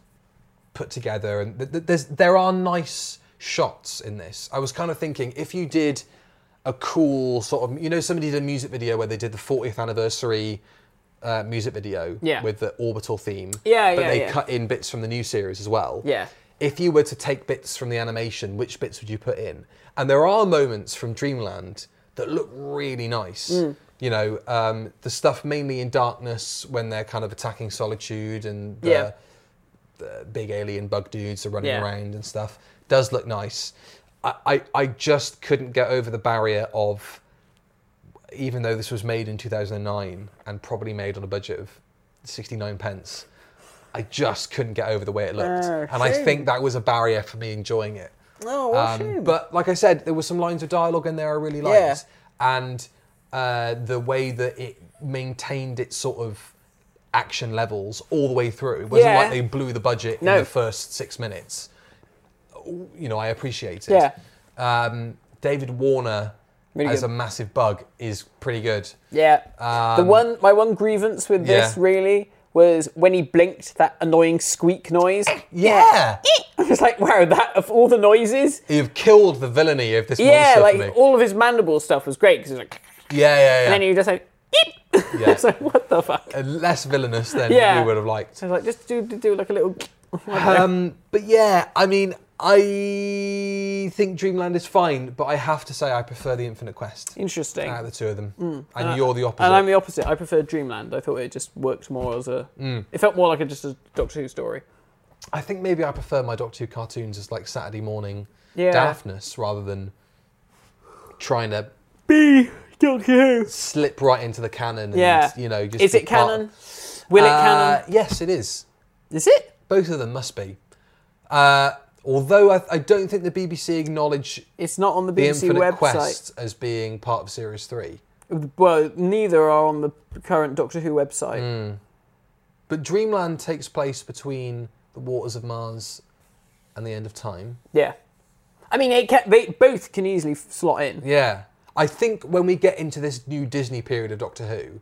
put together, and th- th- there's there are nice shots in this. I was kind of thinking if you did a cool sort of you know somebody did a music video where they did the 40th anniversary. Uh, music video
Yeah.
with the orbital theme.
Yeah,
but
yeah,
they
yeah.
cut in bits from the new series as well.
Yeah.
If you were to take bits from the animation, which bits would you put in? And there are moments from Dreamland that look really nice.
Mm.
You know, um, the stuff mainly in darkness when they're kind of attacking solitude and the,
Yeah.
the big alien bug dudes are running
Yeah.
around and stuff does look nice. I, I, I just couldn't get over the barrier of, even though this was made in 2009 and probably made on a budget of 69 pence, I just couldn't get over the way it looked.
Oh,
and I
shame.
think that was a barrier for me enjoying it.
Oh,
Um, but like I said, there were some lines of dialogue in there I really liked,
Yeah.
and uh, the way that it maintained its sort of action levels all the way through. It wasn't
Yeah.
like they blew the budget
No.
in the first six minutes. You know, I appreciate it.
Yeah.
Um, David Warner
Really
as
good.
a massive bug is pretty good.
Yeah. the one, my one grievance with this
Um, yeah.
really was when he blinked that annoying squeak noise.
Yeah.
I was like, wow, that of all the noises.
You've killed the villainy of this
Yeah,
monster
like
for me.
all of his mandible stuff was great because it was like,
yeah, yeah, yeah.
and then he was just like,
Yeah.
it's like what the fuck?
Uh, Less villainous than
Yeah.
we would have liked.
So I was like, just do do, do like a little.
Um, but yeah, I mean, I think Dreamland is fine, but I have to say I prefer the Infinite Quest
Interesting.
out of Ah, the two of them, and you're the opposite.
Hmm. And I'm the opposite. I prefer Dreamland. I thought it just worked more as a.
Mm.
It felt more like a, just a Doctor Who story.
I think maybe I prefer my Doctor Who cartoons as like Saturday morning
Yeah.
daftness rather than trying to
B Doctor Who.
slip right into the canon. And,
Yeah.
you know, just
is
be
it
part-
canon? Will it
Uh,
canon?
Yes, it is.
Is it?
Both of them must be. Uh, although I, I don't think the BBC acknowledge
It's not on the
the
BBC
Infinite
website.
Quest as being part of Series Three.
Well, neither are on the current Doctor Who website.
Hmm. But Dreamland takes place between the waters of Mars and the end of time.
Yeah. I mean, it can, they both can easily f- slot in.
Yeah. I think when we get into this new Disney period of Doctor Who,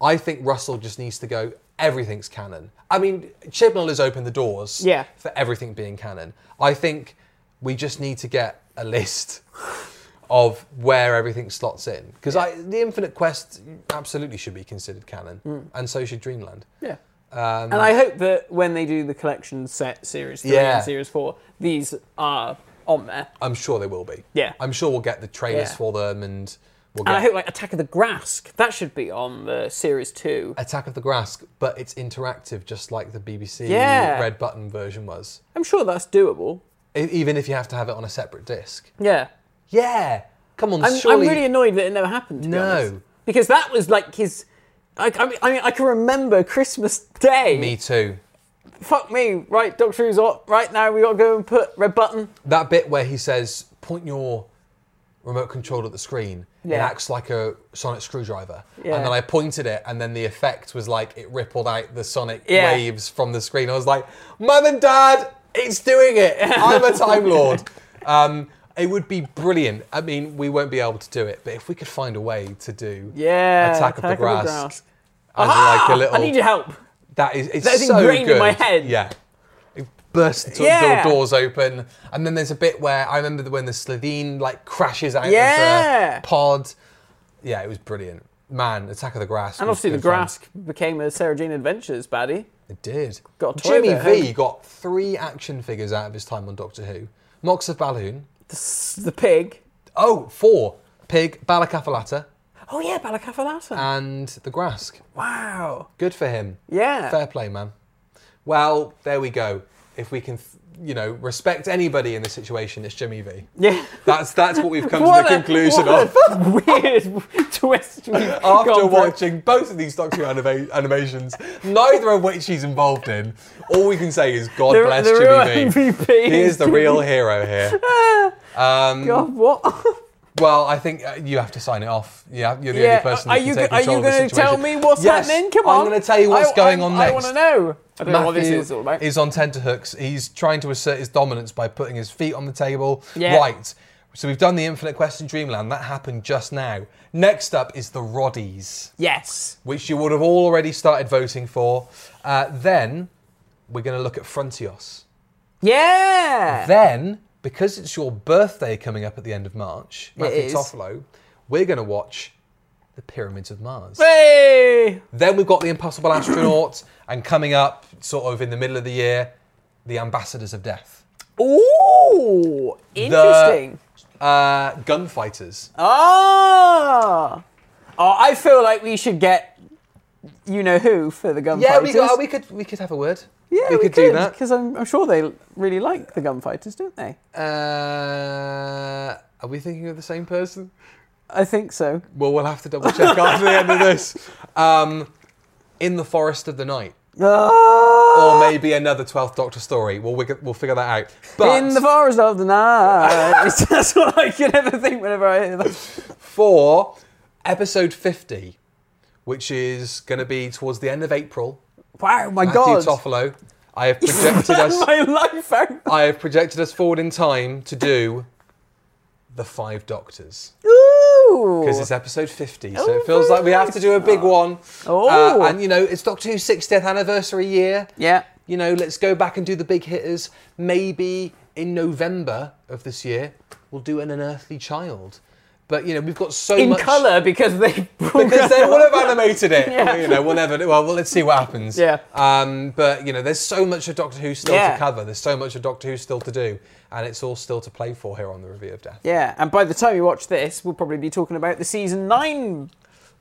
I think Russell just needs to go, everything's canon. I mean, Chibnall has opened the doors
Yeah.
for everything being canon. I think we just need to get a list of where everything slots in. Because I the Infinite Quest absolutely should be considered canon,
Mm.
and so should Dreamland.
Yeah.
Um,
and I hope that when they do the collection set series three
Yeah.
and series four, these are on there.
I'm sure they will be.
Yeah.
I'm sure we'll get the trailers
Yeah.
for them and we'll
And I
get
hope like Attack of the Grask that should be on the series two.
Attack of the Grask, but it's interactive just like the BBC
Yeah.
red button version was.
I'm sure that's doable.
E- Even if you have to have it on a separate disc.
Yeah.
Yeah. Come on,
I'm, I'm
surely
really annoyed that it never happened. To Be honest.
No.
because that was like his. I, I mean, I mean, I can remember Christmas Day.
Me too.
Fuck me, right? Doctor Who's up right now. We gotta go and put red button.
That bit where he says, point your remote control at the screen, it
Yeah.
acts like a sonic screwdriver.
Yeah.
And then I pointed it, and then the effect was like it rippled out the sonic
Yeah.
waves from the screen. I was like, Mum and Dad, it's doing it. I'm a Time Lord. Um, it would be brilliant. I mean, we won't be able to do it, but if we could find a way to do
Yeah,
Attack, of the
Attack
Grass,
Grass.
as
Ah,
like a little
I need your help.
that is it's
That is
so
ingrained in
good.
my head.
Yeah. It bursts until
Yeah.
the doors open. And then there's a bit where I remember when the Slovene like crashes out
Yeah.
of the pod. Yeah, it was brilliant. Man, Attack of the Grass.
And
was
obviously, the
good fun.
grass became a Sarah Jane Adventures baddie.
It did.
Got a toy
Jimmy
bit,
V
huh?
got three action figures out of his time on Doctor Who. Mox of Balloon.
S- The pig.
Oh, four. Pig, Balakafalata,
Oh yeah, Balakafalata.
and the Grask.
wow.
Good for him.
Yeah.
Fair play, man. Well, there we go. If we can, you know, respect anybody in this situation, it's Jimmy V.
Yeah.
That's that's what we've come to
What
the
a-
conclusion
what
of
a weird twist. we've gone
after
through.
watching both of these Doctor Who anima- animations, neither of which he's involved in. All we can say is God
The-
bless
the
Jimmy
real
V.
MVP
He is
is
the
Jimmy.
real hero here. Um,
God, what?
Well, I think uh, you have to sign it off. Yeah, you're the
Yeah,
only person.
Are
who can
you
take
are you
control of the
going to tell me
situation.
what's
Yes,
happening? Come on.
I'm going to tell you what's
I-
going
I-
on next.
I want to know. I don't know what this
Matthew
is all about.
is on tenterhooks. He's trying to assert his dominance by putting his feet on the table.
Yeah.
Right. So we've done the Infinite Quest in Dreamland. That happened just now. Next up is the Roddies,
yes.
which you would have all already started voting for. Uh, then we're going to look at Frontios.
Yeah.
Then, because it's your birthday coming up at the end of March, Matthew
is.
Toffolo, we're going to watch The Pyramids of Mars.
Hey.
Then we've got the Impossible Astronaut, and coming up, sort of in the middle of the year, the Ambassadors of Death,
Ooh. Interesting.
uh, gunfighters.
Ah. Oh, I feel like we should get you know who for the gunfighters.
yeah, we, got, we could we could have a word.
Yeah,
we,
we,
could, do that.
because I'm, I'm sure they really like the gunfighters, don't they?
Uh, are we thinking of the same person?
I think so.
Well, we'll have to double check after the end of this. Um, in the Forest of the Night,
Ah.
or maybe another Twelfth Doctor story. We'll we, we'll figure that out. But
In the forest of the night. That's all I can ever think whenever I hear that.
for episode fifty, which is going to be towards the end of April.
Wow, my
Matthew
God. Oh
Toffolo. I have projected us.
my life out.
I have projected us forward in time to do the Five Doctors
Ooh.
because it's episode fifty, so
Oh,
it feels
very
like we have to do a big one.
Oh.
Uh, and you know, it's Doctor Who's 60th anniversary year.
Yeah.
You know, let's go back and do the big hitters. Maybe in November of this year, we'll do an Unearthly Child. But you know, we've got so
in
much
colour because they
because they would have animated it.
Oh, Yeah.
You know, we'll never. Well, well, let's see what happens.
Yeah.
Um, but you know, there's so much of Doctor Who still
Yeah.
to cover. There's so much of Doctor Who still to do, and it's all still to play for here on the Review of Death.
Yeah, and by the time you watch this, we'll probably be talking about the season nine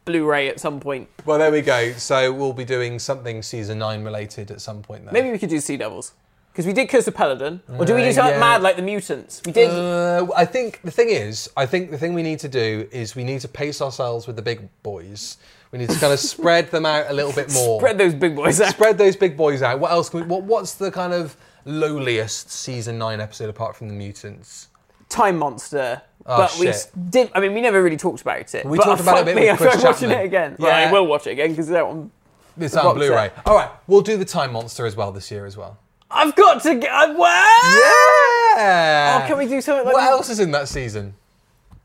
Blu-ray at some point.
Well, there we go. So we'll be doing something season nine related at some point. Though.
Maybe we could do Sea Devils because we did Curse of Paladin, or do we
Uh,
do something
yeah.
mad like the Mutants? We did.
Uh, I think the thing is, I think the thing we need to do is we need to pace ourselves with the big boys. We need to kind of spread them out a little bit more.
Spread those big boys out.
oh. spread those big boys out. What else can we? What, what's the kind of lowliest season nine episode apart from the mutants?
Time Monster. but we
Oh, shit.
s- did. I mean, we never really talked about it.
We
but
talked
uh,
about it
fuck
a bit
me,
with
I'm
Chris
watching
Chapman.
it again.
Yeah.
Well, I will watch it again because that one.
It's
The
on
box
Blu-ray.
set.
All right, we'll do the Time Monster as well this year as well.
I've got to get. I- Wow!
Yeah.
Oh, can we do something like
what
that?
else is in that season?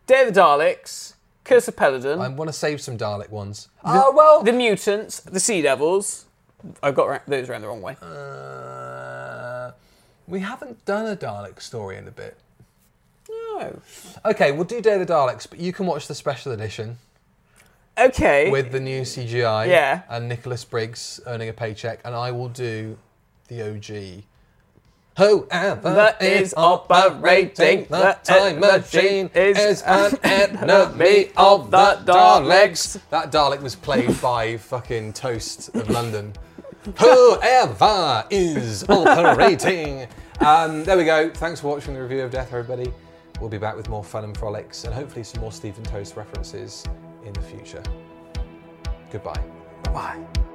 Day of the Daleks, Curse of Paladin,
I want to save some Dalek ones. Oh well.
the Mutants, the Sea Devils. I got ra- those around the wrong way.
Uh, we haven't done a Dalek story in a bit.
No.
Okay, we'll do Day of the Daleks, but you can watch the special edition
Okay.
with the new CGI
Yeah.
and Nicholas Briggs earning a paycheck, and I will do the OG. Whoever
That is operating
the
the
time machine
machine
is,
is
an
an
enemy of the Daleks.
Daleks.
That Dalek was played by fucking Toast of London. Whoever is operating. Um, there we go. Thanks for watching the review of Death, everybody. We'll be back with more fun and frolics and hopefully some more Stephen Toast references in the future. Goodbye. Bye.